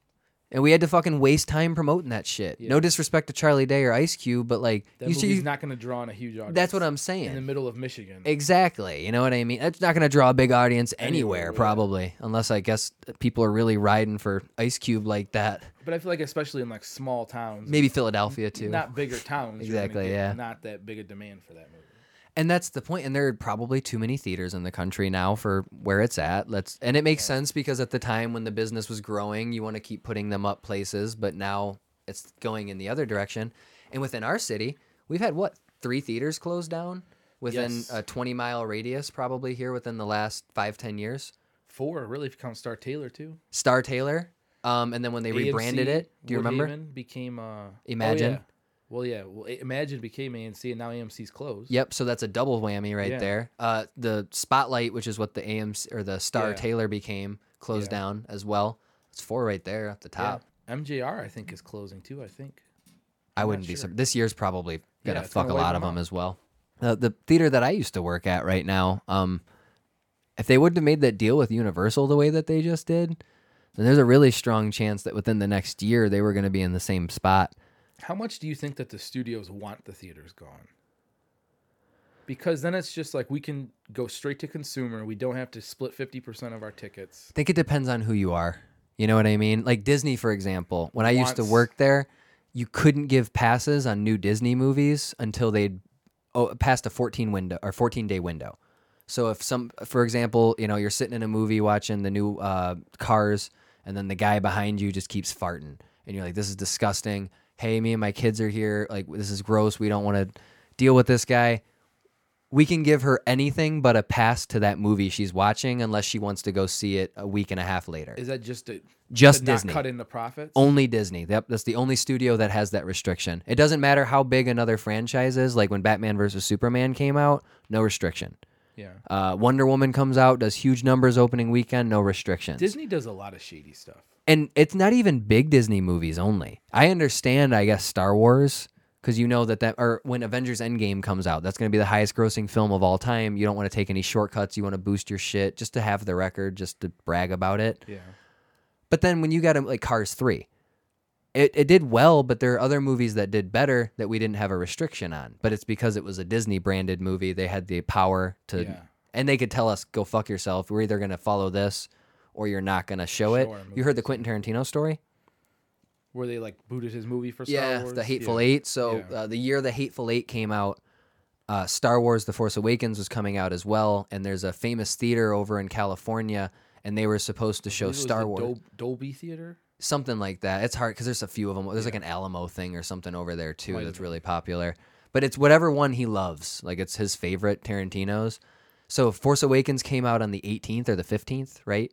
And we had to fucking waste time promoting that shit. No disrespect to Charlie Day or Ice Cube, but like
that
you
movie's
should,
not going to draw on a huge audience.
that's what I'm saying.
in the middle of Michigan.
Exactly. You know what I mean? It's not going to draw a big audience anywhere,
Anywhere, yeah.
probably, unless I guess people are really riding for Ice Cube like that.
But I feel like especially in like small towns,
Maybe Philadelphia too.
not bigger towns, you're gonna
Exactly,
get
yeah.
not that big a demand for that movie.
and that's the point. And there are probably too many theaters in the country now for where it's at. Let's and it makes sense because at the time when the business was growing, you want to keep putting them up places, but now it's going in the other direction. And within our city, we've had what three theaters closed down within
Yes.
a 20 mile radius, probably here within the last five ten years.
Four really if you count Star Taylor too.
Star Taylor. Um, and then when they rebranded
AMC
it, do you remember?
Woodhaven Became uh,
Imagine.
Oh, yeah. Well, yeah. Well, A- Imagine became AMC, and now AMC's closed.
Yep. So that's a double whammy right
Yeah.
there. Uh, the Spotlight, which is what the AMC or the Star
Yeah.
Taylor became, closed
Yeah.
down as well. It's four right there at the
Yeah.
top.
MJR, I think, is closing too. I think.
I wouldn't be
sure.
surprised. This year's probably gonna
Yeah, it's
fuck
gonna
a
wipe
lot of
them
them as well. Uh, the theater that I used to work at right now, um, if they wouldn't have made that deal with Universal the way that they just did, then there's a really strong chance that within the next year they were going to be in the same spot.
How much do you think that the studios want the theaters gone? Because then it's just like we can go straight to consumer. We don't have to split fifty percent of our tickets.
I think it depends on who you are. You know what I mean? Like Disney, for example, when I used to
Wants-
work there, you couldn't give passes on new Disney movies until they'd oh, passed a 14 window or 14 day window. So if some, for example, you know, you're sitting in a movie watching the new uh, Cars, and then the guy behind you just keeps farting, and you're like, "This is disgusting." Hey, me and my kids are here. Like, this is gross. We don't want to deal with this guy. We can give her anything but a pass to that movie she's watching, unless she wants to go see it a week and a half later.
Is that just to,
Just
to not
Disney.
cut in the profits?
Only Disney. Yep, that's the only studio that has that restriction. It doesn't matter how big another franchise is. Like when Batman versus Superman came out, no restriction.
yeah.
Uh, Wonder Woman comes out, does huge numbers opening weekend, no restrictions.
Disney does a lot of shady stuff.
and it's not even big Disney movies only. I understand, I guess, Star Wars, because you know that that, or when Avengers Endgame comes out, that's going to be the highest grossing film of all time. You don't want to take any shortcuts. You want to boost your shit just to have the record, just to brag about it.
Yeah.
But then when you got um, like Cars 3, it, it did well, but there are other movies that did better that we didn't have a restriction on. But it's because it was a Disney branded movie. They had the power to,
Yeah.
and they could tell us, go fuck yourself. We're either going to follow this or you're not going to show it.
Show our
You heard the Quentin Tarantino story?
Where they like booted his movie for Star Wars.
the Hateful
Yeah.
Eight. So
Yeah.
uh, the year the Hateful Eight came out, uh, Star Wars: The Force Awakens was coming out as well, and there's a famous theater over in California, and they were supposed to
I believe it
show
was
Star
the
Wars,
Dol- Dolby Theater.
something like that. It's hard because there's a few of them. There's like an Alamo thing or something over there too that's really popular. But it's whatever one he loves. Like it's his favorite Tarantino's. So Force Awakens came out on the 18th or the 15th, right?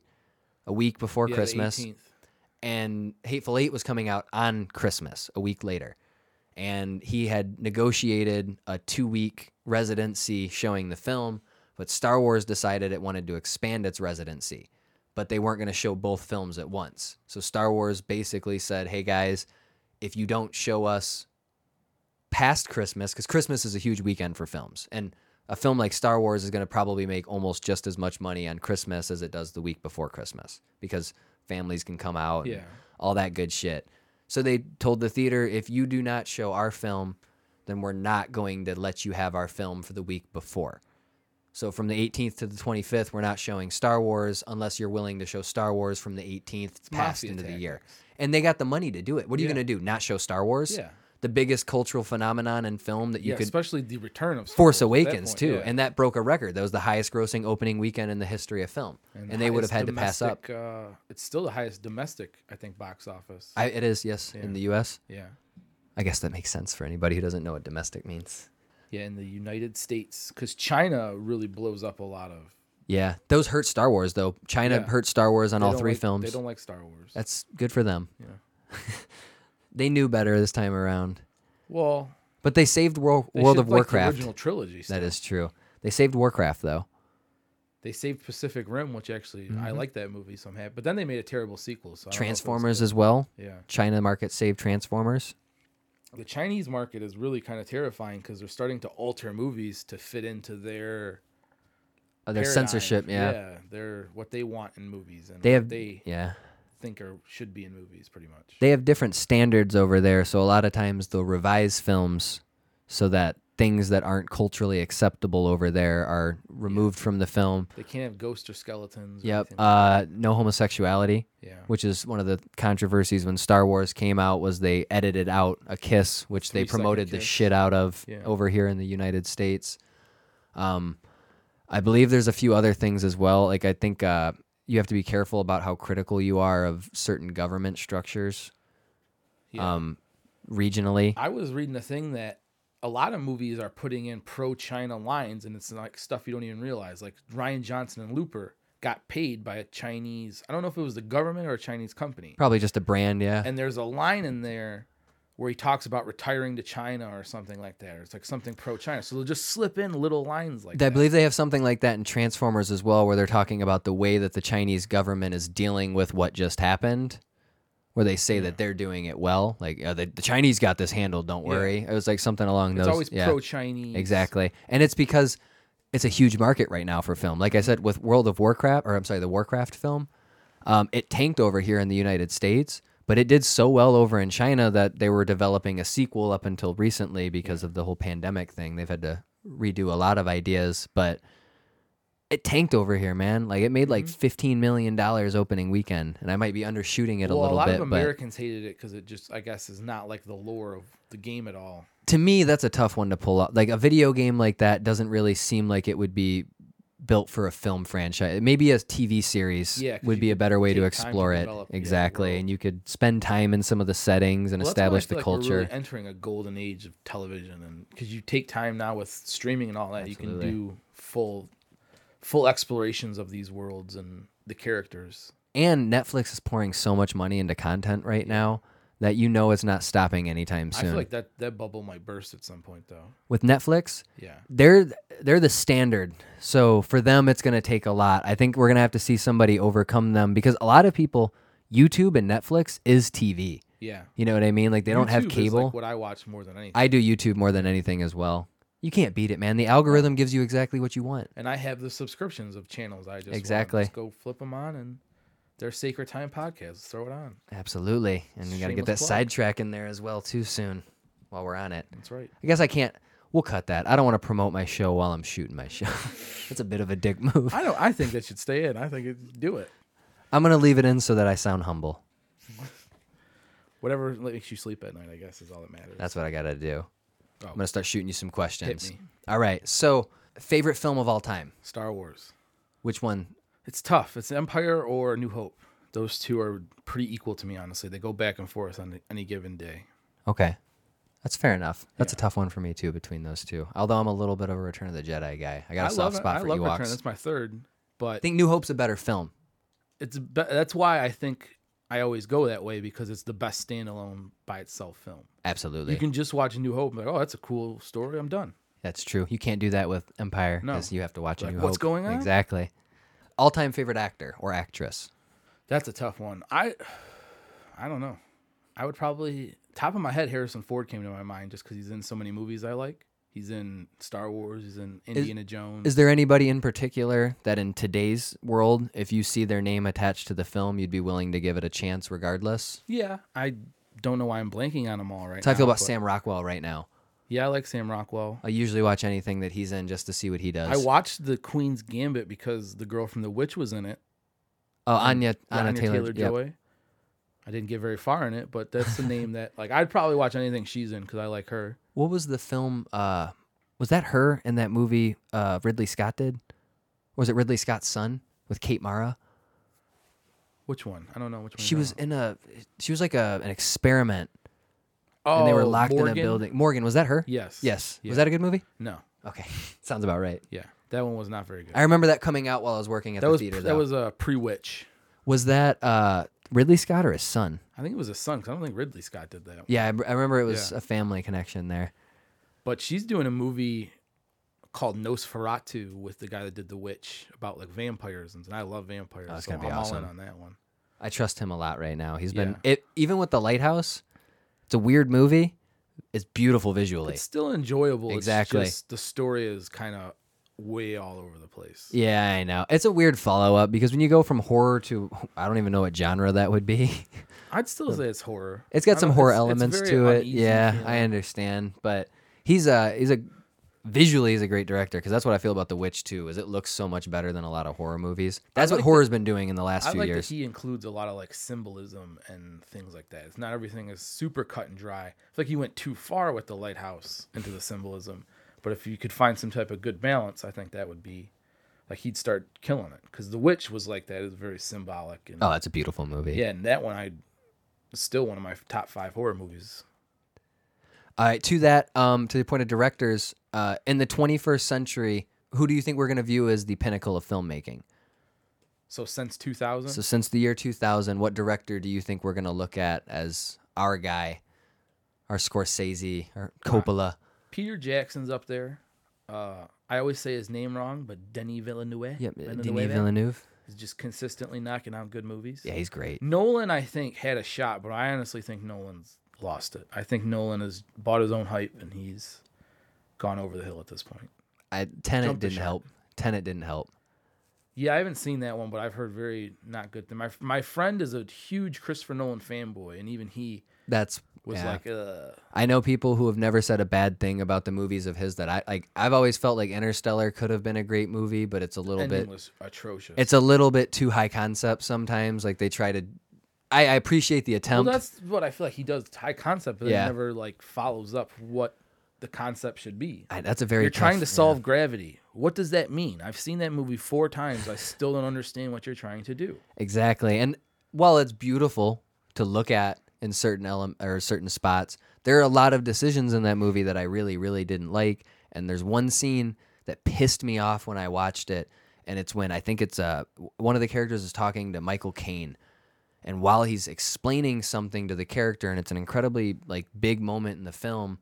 A week before
Yeah, the
Christmas
18th.
and Hateful Eight was coming out on Christmas a week later. And he had negotiated a two week residency showing the film, but Star Wars decided it wanted to expand its residency, but they weren't going to show both films at once. So Star Wars basically said, hey guys, if you don't show us past Christmas, because Christmas is a huge weekend for films, and a film like Star Wars is going to probably make almost just as much money on Christmas as it does the week before Christmas because families can come out and
Yeah.
all that good shit. So they told the theater if you do not show our film, then we're not going to let you have our film for the week before. So from the 18th to the 25th, we're not showing Star Wars unless you're willing to show Star Wars from the 18th past
mafia
into the year.
tactics.
And they got the money to do it. What are you
Yeah.
going to do? Not show Star Wars?
Yeah.
The biggest cultural phenomenon in film that you
Yeah,
could
especially the return of Star
Force
Wars at that
Awakens
point,
too,
yeah.
and that broke a record. That was the highest grossing opening weekend in the history of film, and,
the
they would have had
highest
to pass up.
domestic, Uh, it's still the highest domestic, I think, box office.
I, it is yes in the U.S.
yeah,
I guess that makes sense for anybody who doesn't know what domestic means.
yeah, in the United States, because China really blows up a lot of
Yeah, those hurt Star Wars though. China
Yeah.
hurt Star Wars on
they
all
don't
three
like- They
films.
don't like Star Wars.
That's good for them.
Yeah.
they knew better this time around.
Well,
But they saved World,
they
World
should
of
have liked the
Warcraft.
original Oh, trilogy.
that is true. They saved Warcraft though.
They saved Pacific Rim, which actually I like that movie, so I'm happy. But then they made a terrible sequel. So I don't know if it was-
Mm-hmm. Transformers as well.
Yeah,
China market saved Transformers.
the Chinese market is really kind of terrifying because they're starting to alter movies to fit into their
Oh, their
paradigm.
censorship, yeah.
yeah, their what they want in movies and
They
what
have
they
yeah.
think are should be in movies, pretty much.
They have different standards over there, so a lot of times they'll revise films so that things that aren't culturally acceptable over there are removed from the film.
They can't have ghosts or skeletons. Or
Yep.
anything.
Uh, no homosexuality,
yeah.
which is one of the controversies when Star Wars came out was they edited out a kiss, which they
Three-second
promoted the
kiss.
shit out of
Yeah.
over here in the United States. Um, I believe there's a few other things as well. Like I think uh, you have to be careful about how critical you are of certain government structures,
Yeah.
um, regionally.
I was reading a thing that a lot of movies are putting in pro China lines, and it's like stuff you don't even realize. Like Ryan Johnson and Looper got paid by a Chinese, I don't know if it was the government or a Chinese company.
Probably just a brand, yeah.
And there's a line in there where he talks about retiring to China or something like that. Or it's like something pro China. So they'll just slip in little lines like
I
that.
believe they have something like that in Transformers as well, where they're talking about the way that the Chinese government is dealing with what just happened, where they say that they're doing it well. Like uh, the, the Chinese got this handled. Don't worry. It was like something along
It's
those.
always
yeah,
pro Chinese.
exactly. And it's because it's a huge market right now for film. Like I said, with World of Warcraft, or I'm sorry, the Warcraft film, um, it tanked over here in the United States. But it did so well over in China that they were developing a sequel up until recently because of the whole pandemic thing. They've had to redo a lot of ideas, but it tanked over here, man. Like it made like
Mm-hmm.
fifteen million dollars opening weekend, and I might be undershooting it a
Well, a,
little
lot
bit.
of
but
Americans hated it because it just, I guess, is not like the lore of the game at all.
to me, that's a tough one to pull up. Like a video game like that doesn't really seem like it would be built for a film franchise. Maybe a TV series
Yeah, 'cause
would
you
be a
could
better way to
take time to
explore it.
develop, yeah, the
Exactly,
world.
and you could spend time in some of the settings and
Well, that's why I
establish the
feel like
culture.
We're really entering a golden age of television, and because you take time now with streaming and all that, you
Absolutely.
can do full, full explorations of these worlds and the characters.
and Netflix is pouring so much money into content right now that you know it's not stopping anytime
I
soon.
feel like that that bubble might burst at some point, though.
With Netflix,
Yeah,
they're they're the standard. So for them, it's going to take a lot. I think we're going to have to see somebody overcome them because a lot of people, YouTube and Netflix is TV.
yeah.
You know what I mean? Like they don't have
YouTube is, like,
cable.
what I watch more than anything,
I do YouTube more than anything as well. You can't beat it, man. The algorithm gives you exactly what you want.
and I have the subscriptions of channels. I just want.
Exactly.
Just go flip them on and. Their sacred time podcast. Throw it on.
Absolutely. And we got to get that
Shameless plug.
sidetrack in there as well too soon while we're on it.
That's right.
I guess I can't. We'll cut that. I don't want to promote my show while I'm shooting my show. That's a bit of a dick move.
I don't. I think that should stay in. I think it do it.
I'm going to leave it in so that I sound humble.
Whatever makes you sleep at night, I guess, is all that matters.
That's what I got to do. I'm going to start shooting you some questions.
Oh. me.
All right. So, favorite film of all time?
Star Wars.
Which one?
It's tough. It's Empire or New Hope. Those two are pretty equal to me, honestly. They go back and forth on any given day.
Okay. That's fair enough. That's a tough one for me too between those two. Although I'm a little bit of a Return of the Jedi guy. I got a
I
soft
love,
spot
I
for
love
Ewoks.
Return. That's my third,
I
but
think New Hope's a better film.
it's be- that's why I think I always go that way because it's the best standalone by itself film.
Absolutely.
You can just watch New Hope and be like, oh, that's a cool story. I'm done.
That's true. You can't do that with Empire
No.
because you have to watch a
Like,
New
what's
Hope.
going on?
Exactly. All-time favorite actor or actress?
That's a tough one. I, I don't know. I would probably top of my head, Harrison Ford came to my mind just because he's in so many movies I like. He's in Star Wars. He's in Indiana Jones.
Is there anybody in particular that in today's world, if you see their name attached to the film, you'd be willing to give it a chance regardless?
Yeah, I don't know why I'm blanking on them all right
That's how I feel
now,
about
but-
Sam Rockwell right now.
Yeah, I like Sam Rockwell.
I usually watch anything that he's in just to see what he
I
does.
watched The Queen's Gambit because the girl from The Witch was in it,
oh, Anya, Anna
Anya
Taylor,
Taylor
yep.
Joy. I didn't get very far in it, but that's the name that like I'd probably watch anything she's in because I like her.
What was the film? Uh, was that her in that movie uh, Ridley Scott did? Or was it Ridley Scott's son with Kate Mara?
Which one? I don't know which one.
She
you're
was
talking
in a. She was like a, an experiment,
about.
and they were
Oh,
locked in a
Morgan?
building. Morgan was that her?
Yes.
Yes.
Yeah.
Was that a good movie?
No.
Okay, sounds about right.
Yeah, that one was not very good.
I remember that coming out while I was working at
that
the
was uh,
theater.
that
though.
was a pre witch.
Was that uh, Ridley Scott or his son?
I think it was his son 'cause I don't think Ridley Scott did that.
Yeah, I, I remember it was
Yeah.
a family connection there.
But she's doing a movie called Nosferatu with the guy that did The Witch about like vampires, and I love vampires.
that's
so
Oh, gonna be
I'm all in
awesome.
on that one.
I trust him a lot right now. He's been it, even with the Lighthouse. It's a weird movie. It's beautiful visually.
It's still enjoyable.
Exactly.
It's just the story is kind of way all over the place.
yeah, I know. It's a weird follow up because when you go from horror to I don't even know what genre that would be.
I'd still say it's horror.
It's
I
got
don't-
some horror
it's- it's
elements
very
to it.
uneasy
Yeah,
feeling.
I understand, but he's a he's a visually he's a great director because that's what I feel about The Witch too. Is it looks so much better than a lot of horror movies. That's
like
what
that-
horror's been doing in the last
I
few
like
years.
that he includes a lot of like symbolism and things like that. It's not everything is super cut and dry. It's like he went too far with the lighthouse into the symbolism. But if you could find some type of good balance, I think that would be like he'd start killing it because the witch was like that. It was very symbolic and
oh, it's a beautiful movie.
yeah, and that one I it's still one of my top five horror movies.
All right. To that, um, to the point of directors, uh, in the 21st century, who do you think we're going to view as the pinnacle of filmmaking?
So since 2000,
So since the year 2000, what director do you think we're going to look at as our guy, our Scorsese, our Coppola?
Peter Jackson's up there. Uh, I always say his name wrong, but Denis Villeneuve.
Yep, uh,
Villeneuve
Denis Villeneuve.
is just consistently knocking out good movies.
Yeah, he's
Mm-hmm.
great.
Nolan, I think, had a shot, but I honestly think Nolan's lost it. I think Nolan has bought his own hype and he's gone over the hill at this point.
I, Tenet
Jumped the
didn't
shark.
help. Tenet didn't help.
Yeah, I haven't seen that one, but I've heard very not good. Thing. My my friend is a huge Christopher Nolan fanboy, and even he
That's
was
yeah.
like, "Uh,
I know people who have never said a bad thing about the movies of his that I like. I've always felt like Interstellar could have been a great movie, but it's a little
ending
bit
was atrocious."
it's a little bit too high concept sometimes. Like they try to. I, I appreciate the
well,
attempt.
that's what I feel like he does high concept, but
um, Yeah.
it never like follows up what the concept should be.
I- that's a very.
you're trying to
tough-
solve gravity. What does that mean? I've seen that movie four times. I still don't understand what you're trying to do.
yeah, exactly. And while it's beautiful to look at in certain ele- or certain spots, there are a lot of decisions in that movie that I really, really didn't like. And there's one scene that pissed me off when I watched it, and it's when I think it's uh w- one of the characters is talking to Michael Caine, and while he's explaining something to the character, and it's an incredibly like big moment in the film,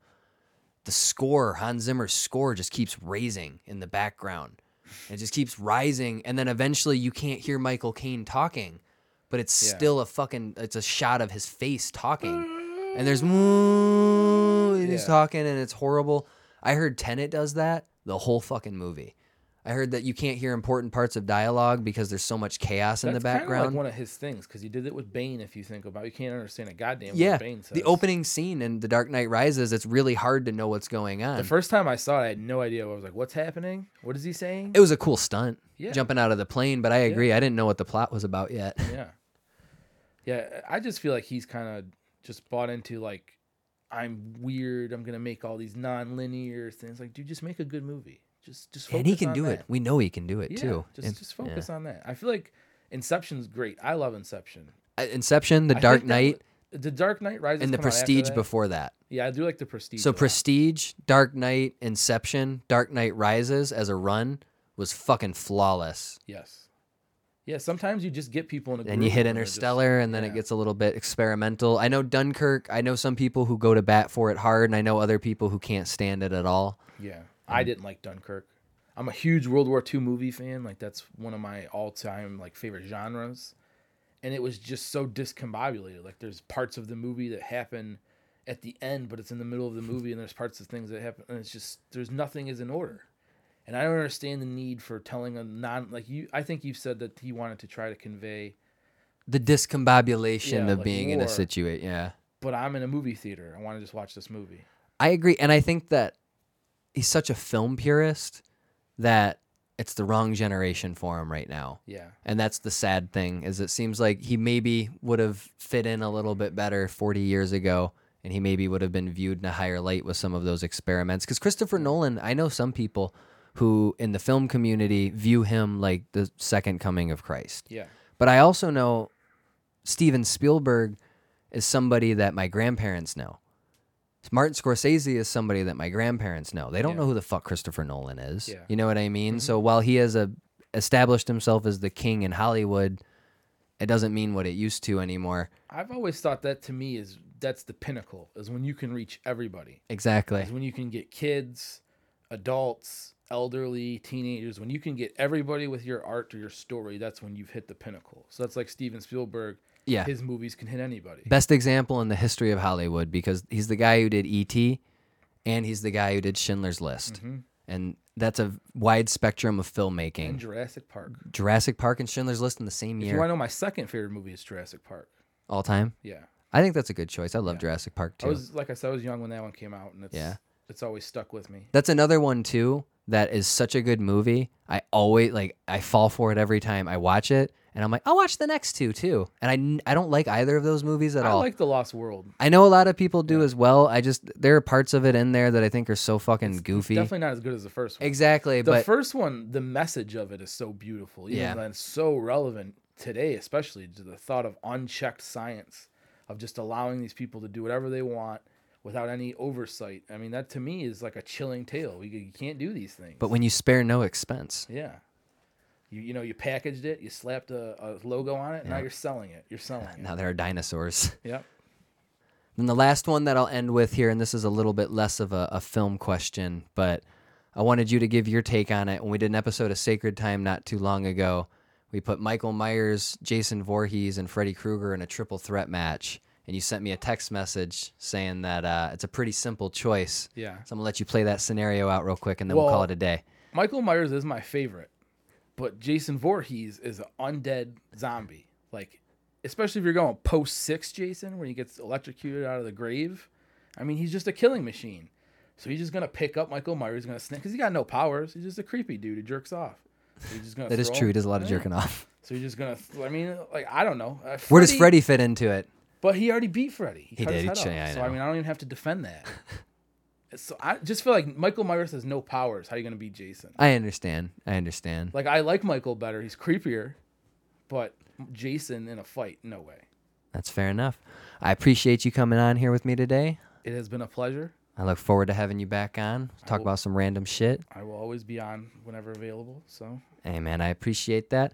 the score, Hans Zimmer's score, just keeps raising in the background. It just keeps rising, and then eventually you can't hear Michael Caine talking, but it's
Yeah.
still a fucking it's a shot of his face talking, and there's "Moo," and he's
Yeah.
talking, and it's horrible. I heard Tenet does that the whole fucking movie. I heard that you can't hear important parts of dialogue because there's so much chaos in the
That's kinda
background.
Like one of his things, because he did it with Bane. If you think about, it. you can't understand a goddamn
yeah,
word Bane says.
the opening scene in The Dark Knight Rises, it's really hard to know what's going on.
The first time I saw it, I had no idea. I was like, "What's happening? What is he saying?"
it was a cool stunt
Yeah.
jumping out of the plane but i agree i didn't know what the plot was about yet
yeah, yeah. I just feel like he's kind of just bought into like, "I'm weird. I'm gonna make all these non-linear things." Like, dude, just make a good movie. Just, just. Focus
and he can
on
do
that.
it we know he can do it
Yeah,
too
Just,
And-
just
yeah.
focus on that. I feel like Inception's great. I love Inception.
Uh, inception the
I
dark
think that
knight
w- The Dark Knight Rises
and the
come out after
prestige
that.
before that
Yeah, I do like the Prestige.
so
a lot.
prestige dark knight inception dark knight rises as a run was fucking flawless
Yes. Yeah, sometimes you just get people in a
and you
groove
hit
when they're just-
interstellar and then it
yeah.
gets a little bit experimental i know dunkirk i know some people who go to bat for it hard and i know other people who can't stand it at all
Yeah. I didn't like Dunkirk. I'm a huge World War II movie fan. Like that's one of my all-time like favorite genres. And it was just so discombobulated. Like there's parts of the movie that happen at the end, but it's in the middle of the movie and there's parts of things that happen and it's just there's nothing is in order. And I don't understand the need for telling a non like you I think you've said that he wanted to try to convey
the discombobulation
Yeah,
of
like
being in a
war.
situation yeah
but I'm in a movie theater. I want to just watch this movie.
I agree, and I think that he's such a film purist that it's the wrong generation for him right now.
Yeah.
And that's the sad thing is it seems like he maybe would have fit in a little bit better 40 years ago and he maybe would have been viewed in a higher light with some of those experiments cuz Christopher Nolan, I know some people who in the film community view him like the second coming of Christ.
Yeah.
But I also know Steven Spielberg is somebody that my grandparents know. Martin Scorsese is somebody that my grandparents know. They don't
Yeah.
know who the fuck Christopher Nolan is.
Yeah. Mm-hmm.
You know what I mean? So while he has a established himself as the king in Hollywood, It doesn't mean what it used to anymore.
I've always thought that to me is that's the pinnacle is when you can reach everybody.
Exactly.
Is when you can get kids, adults, elderly, teenagers, when you can get everybody with your art or your story, that's when you've hit the pinnacle. So that's like Steven Spielberg.
Yeah.
His movies can hit anybody.
Best example in the history of Hollywood because he's the guy who did E.T. and he's the guy who did Schindler's List.
Mm-hmm.
And that's a wide spectrum of filmmaking.
And Jurassic Park.
Jurassic Park and Schindler's List in the same
You want
year
to know my second favorite movie is Jurassic Park.
all time.
Yeah.
I think that's a good choice. I love Jurassic Park too.
I was like I said, I was young when that one came out, and it's
Yeah.
it's always stuck with me.
That's another one too that is such a good movie. I always like I fall for it every time I watch it and I'm like I'll watch the next two too. And I n- I don't like either of those movies at
I
all.
like The Lost World.
I know a lot of people do as well. I just there are parts of it in there that I think are so fucking goofy.
Definitely not as good as the first one.
exactly,
the
but
first one, the message of it is so beautiful. Even
Yeah.
though it's so relevant today, especially to the thought of unchecked science, of just allowing these people to do whatever they want without any oversight. I mean, that to me is like a chilling tale. You, you can't do these things.
but when you spare no expense.
yeah. You, you know, you packaged it, you slapped a, a logo on it, now you're selling it. You're selling it.
Now there are dinosaurs.
Yep.
Then the last one that I'll end with here, and this is a little bit less of a, a film question, but I wanted you to give your take on it. When we did an episode of Sacred Time not too long ago, we put Michael Myers, Jason Voorhees, and Freddy Krueger in a triple threat match. And you sent me a text message saying that uh, it's a pretty simple choice. So
Yeah.
I'm going to let you play that scenario out real quick and then we'll, call
Well-
it a day.
Michael Myers is my favorite, but Jason Voorhees is an undead zombie. Like, especially if you're going post six Jason, where he gets electrocuted out of the grave. I mean, he's just a killing machine. So he's just gonna pick up Michael Myers, gonna snap because he got no powers. He's just a creepy dude who jerks off. So he's just gonna.
That is
throw
true. He
him-
does a lot of
Yeah.
jerking off.
So he's just gonna. th- I mean, like I don't know. Uh,
Where does Freddy fit into it?
But he already beat Freddy. He, cut
did.
His
He
head
ch- yeah,
off.
I
so I
know.
mean, I don't even have to defend that. so I just feel like Michael Myers has no powers. How are you gonna beat Jason?
I understand. I understand.
Like I like Michael better. He's creepier, but Jason in a fight, no way.
That's fair enough. I appreciate you coming on here with me today.
It has been a pleasure.
I look forward to having you back on. Talk about some random shit.
I will always be on whenever available. So
Hey, man, I appreciate that.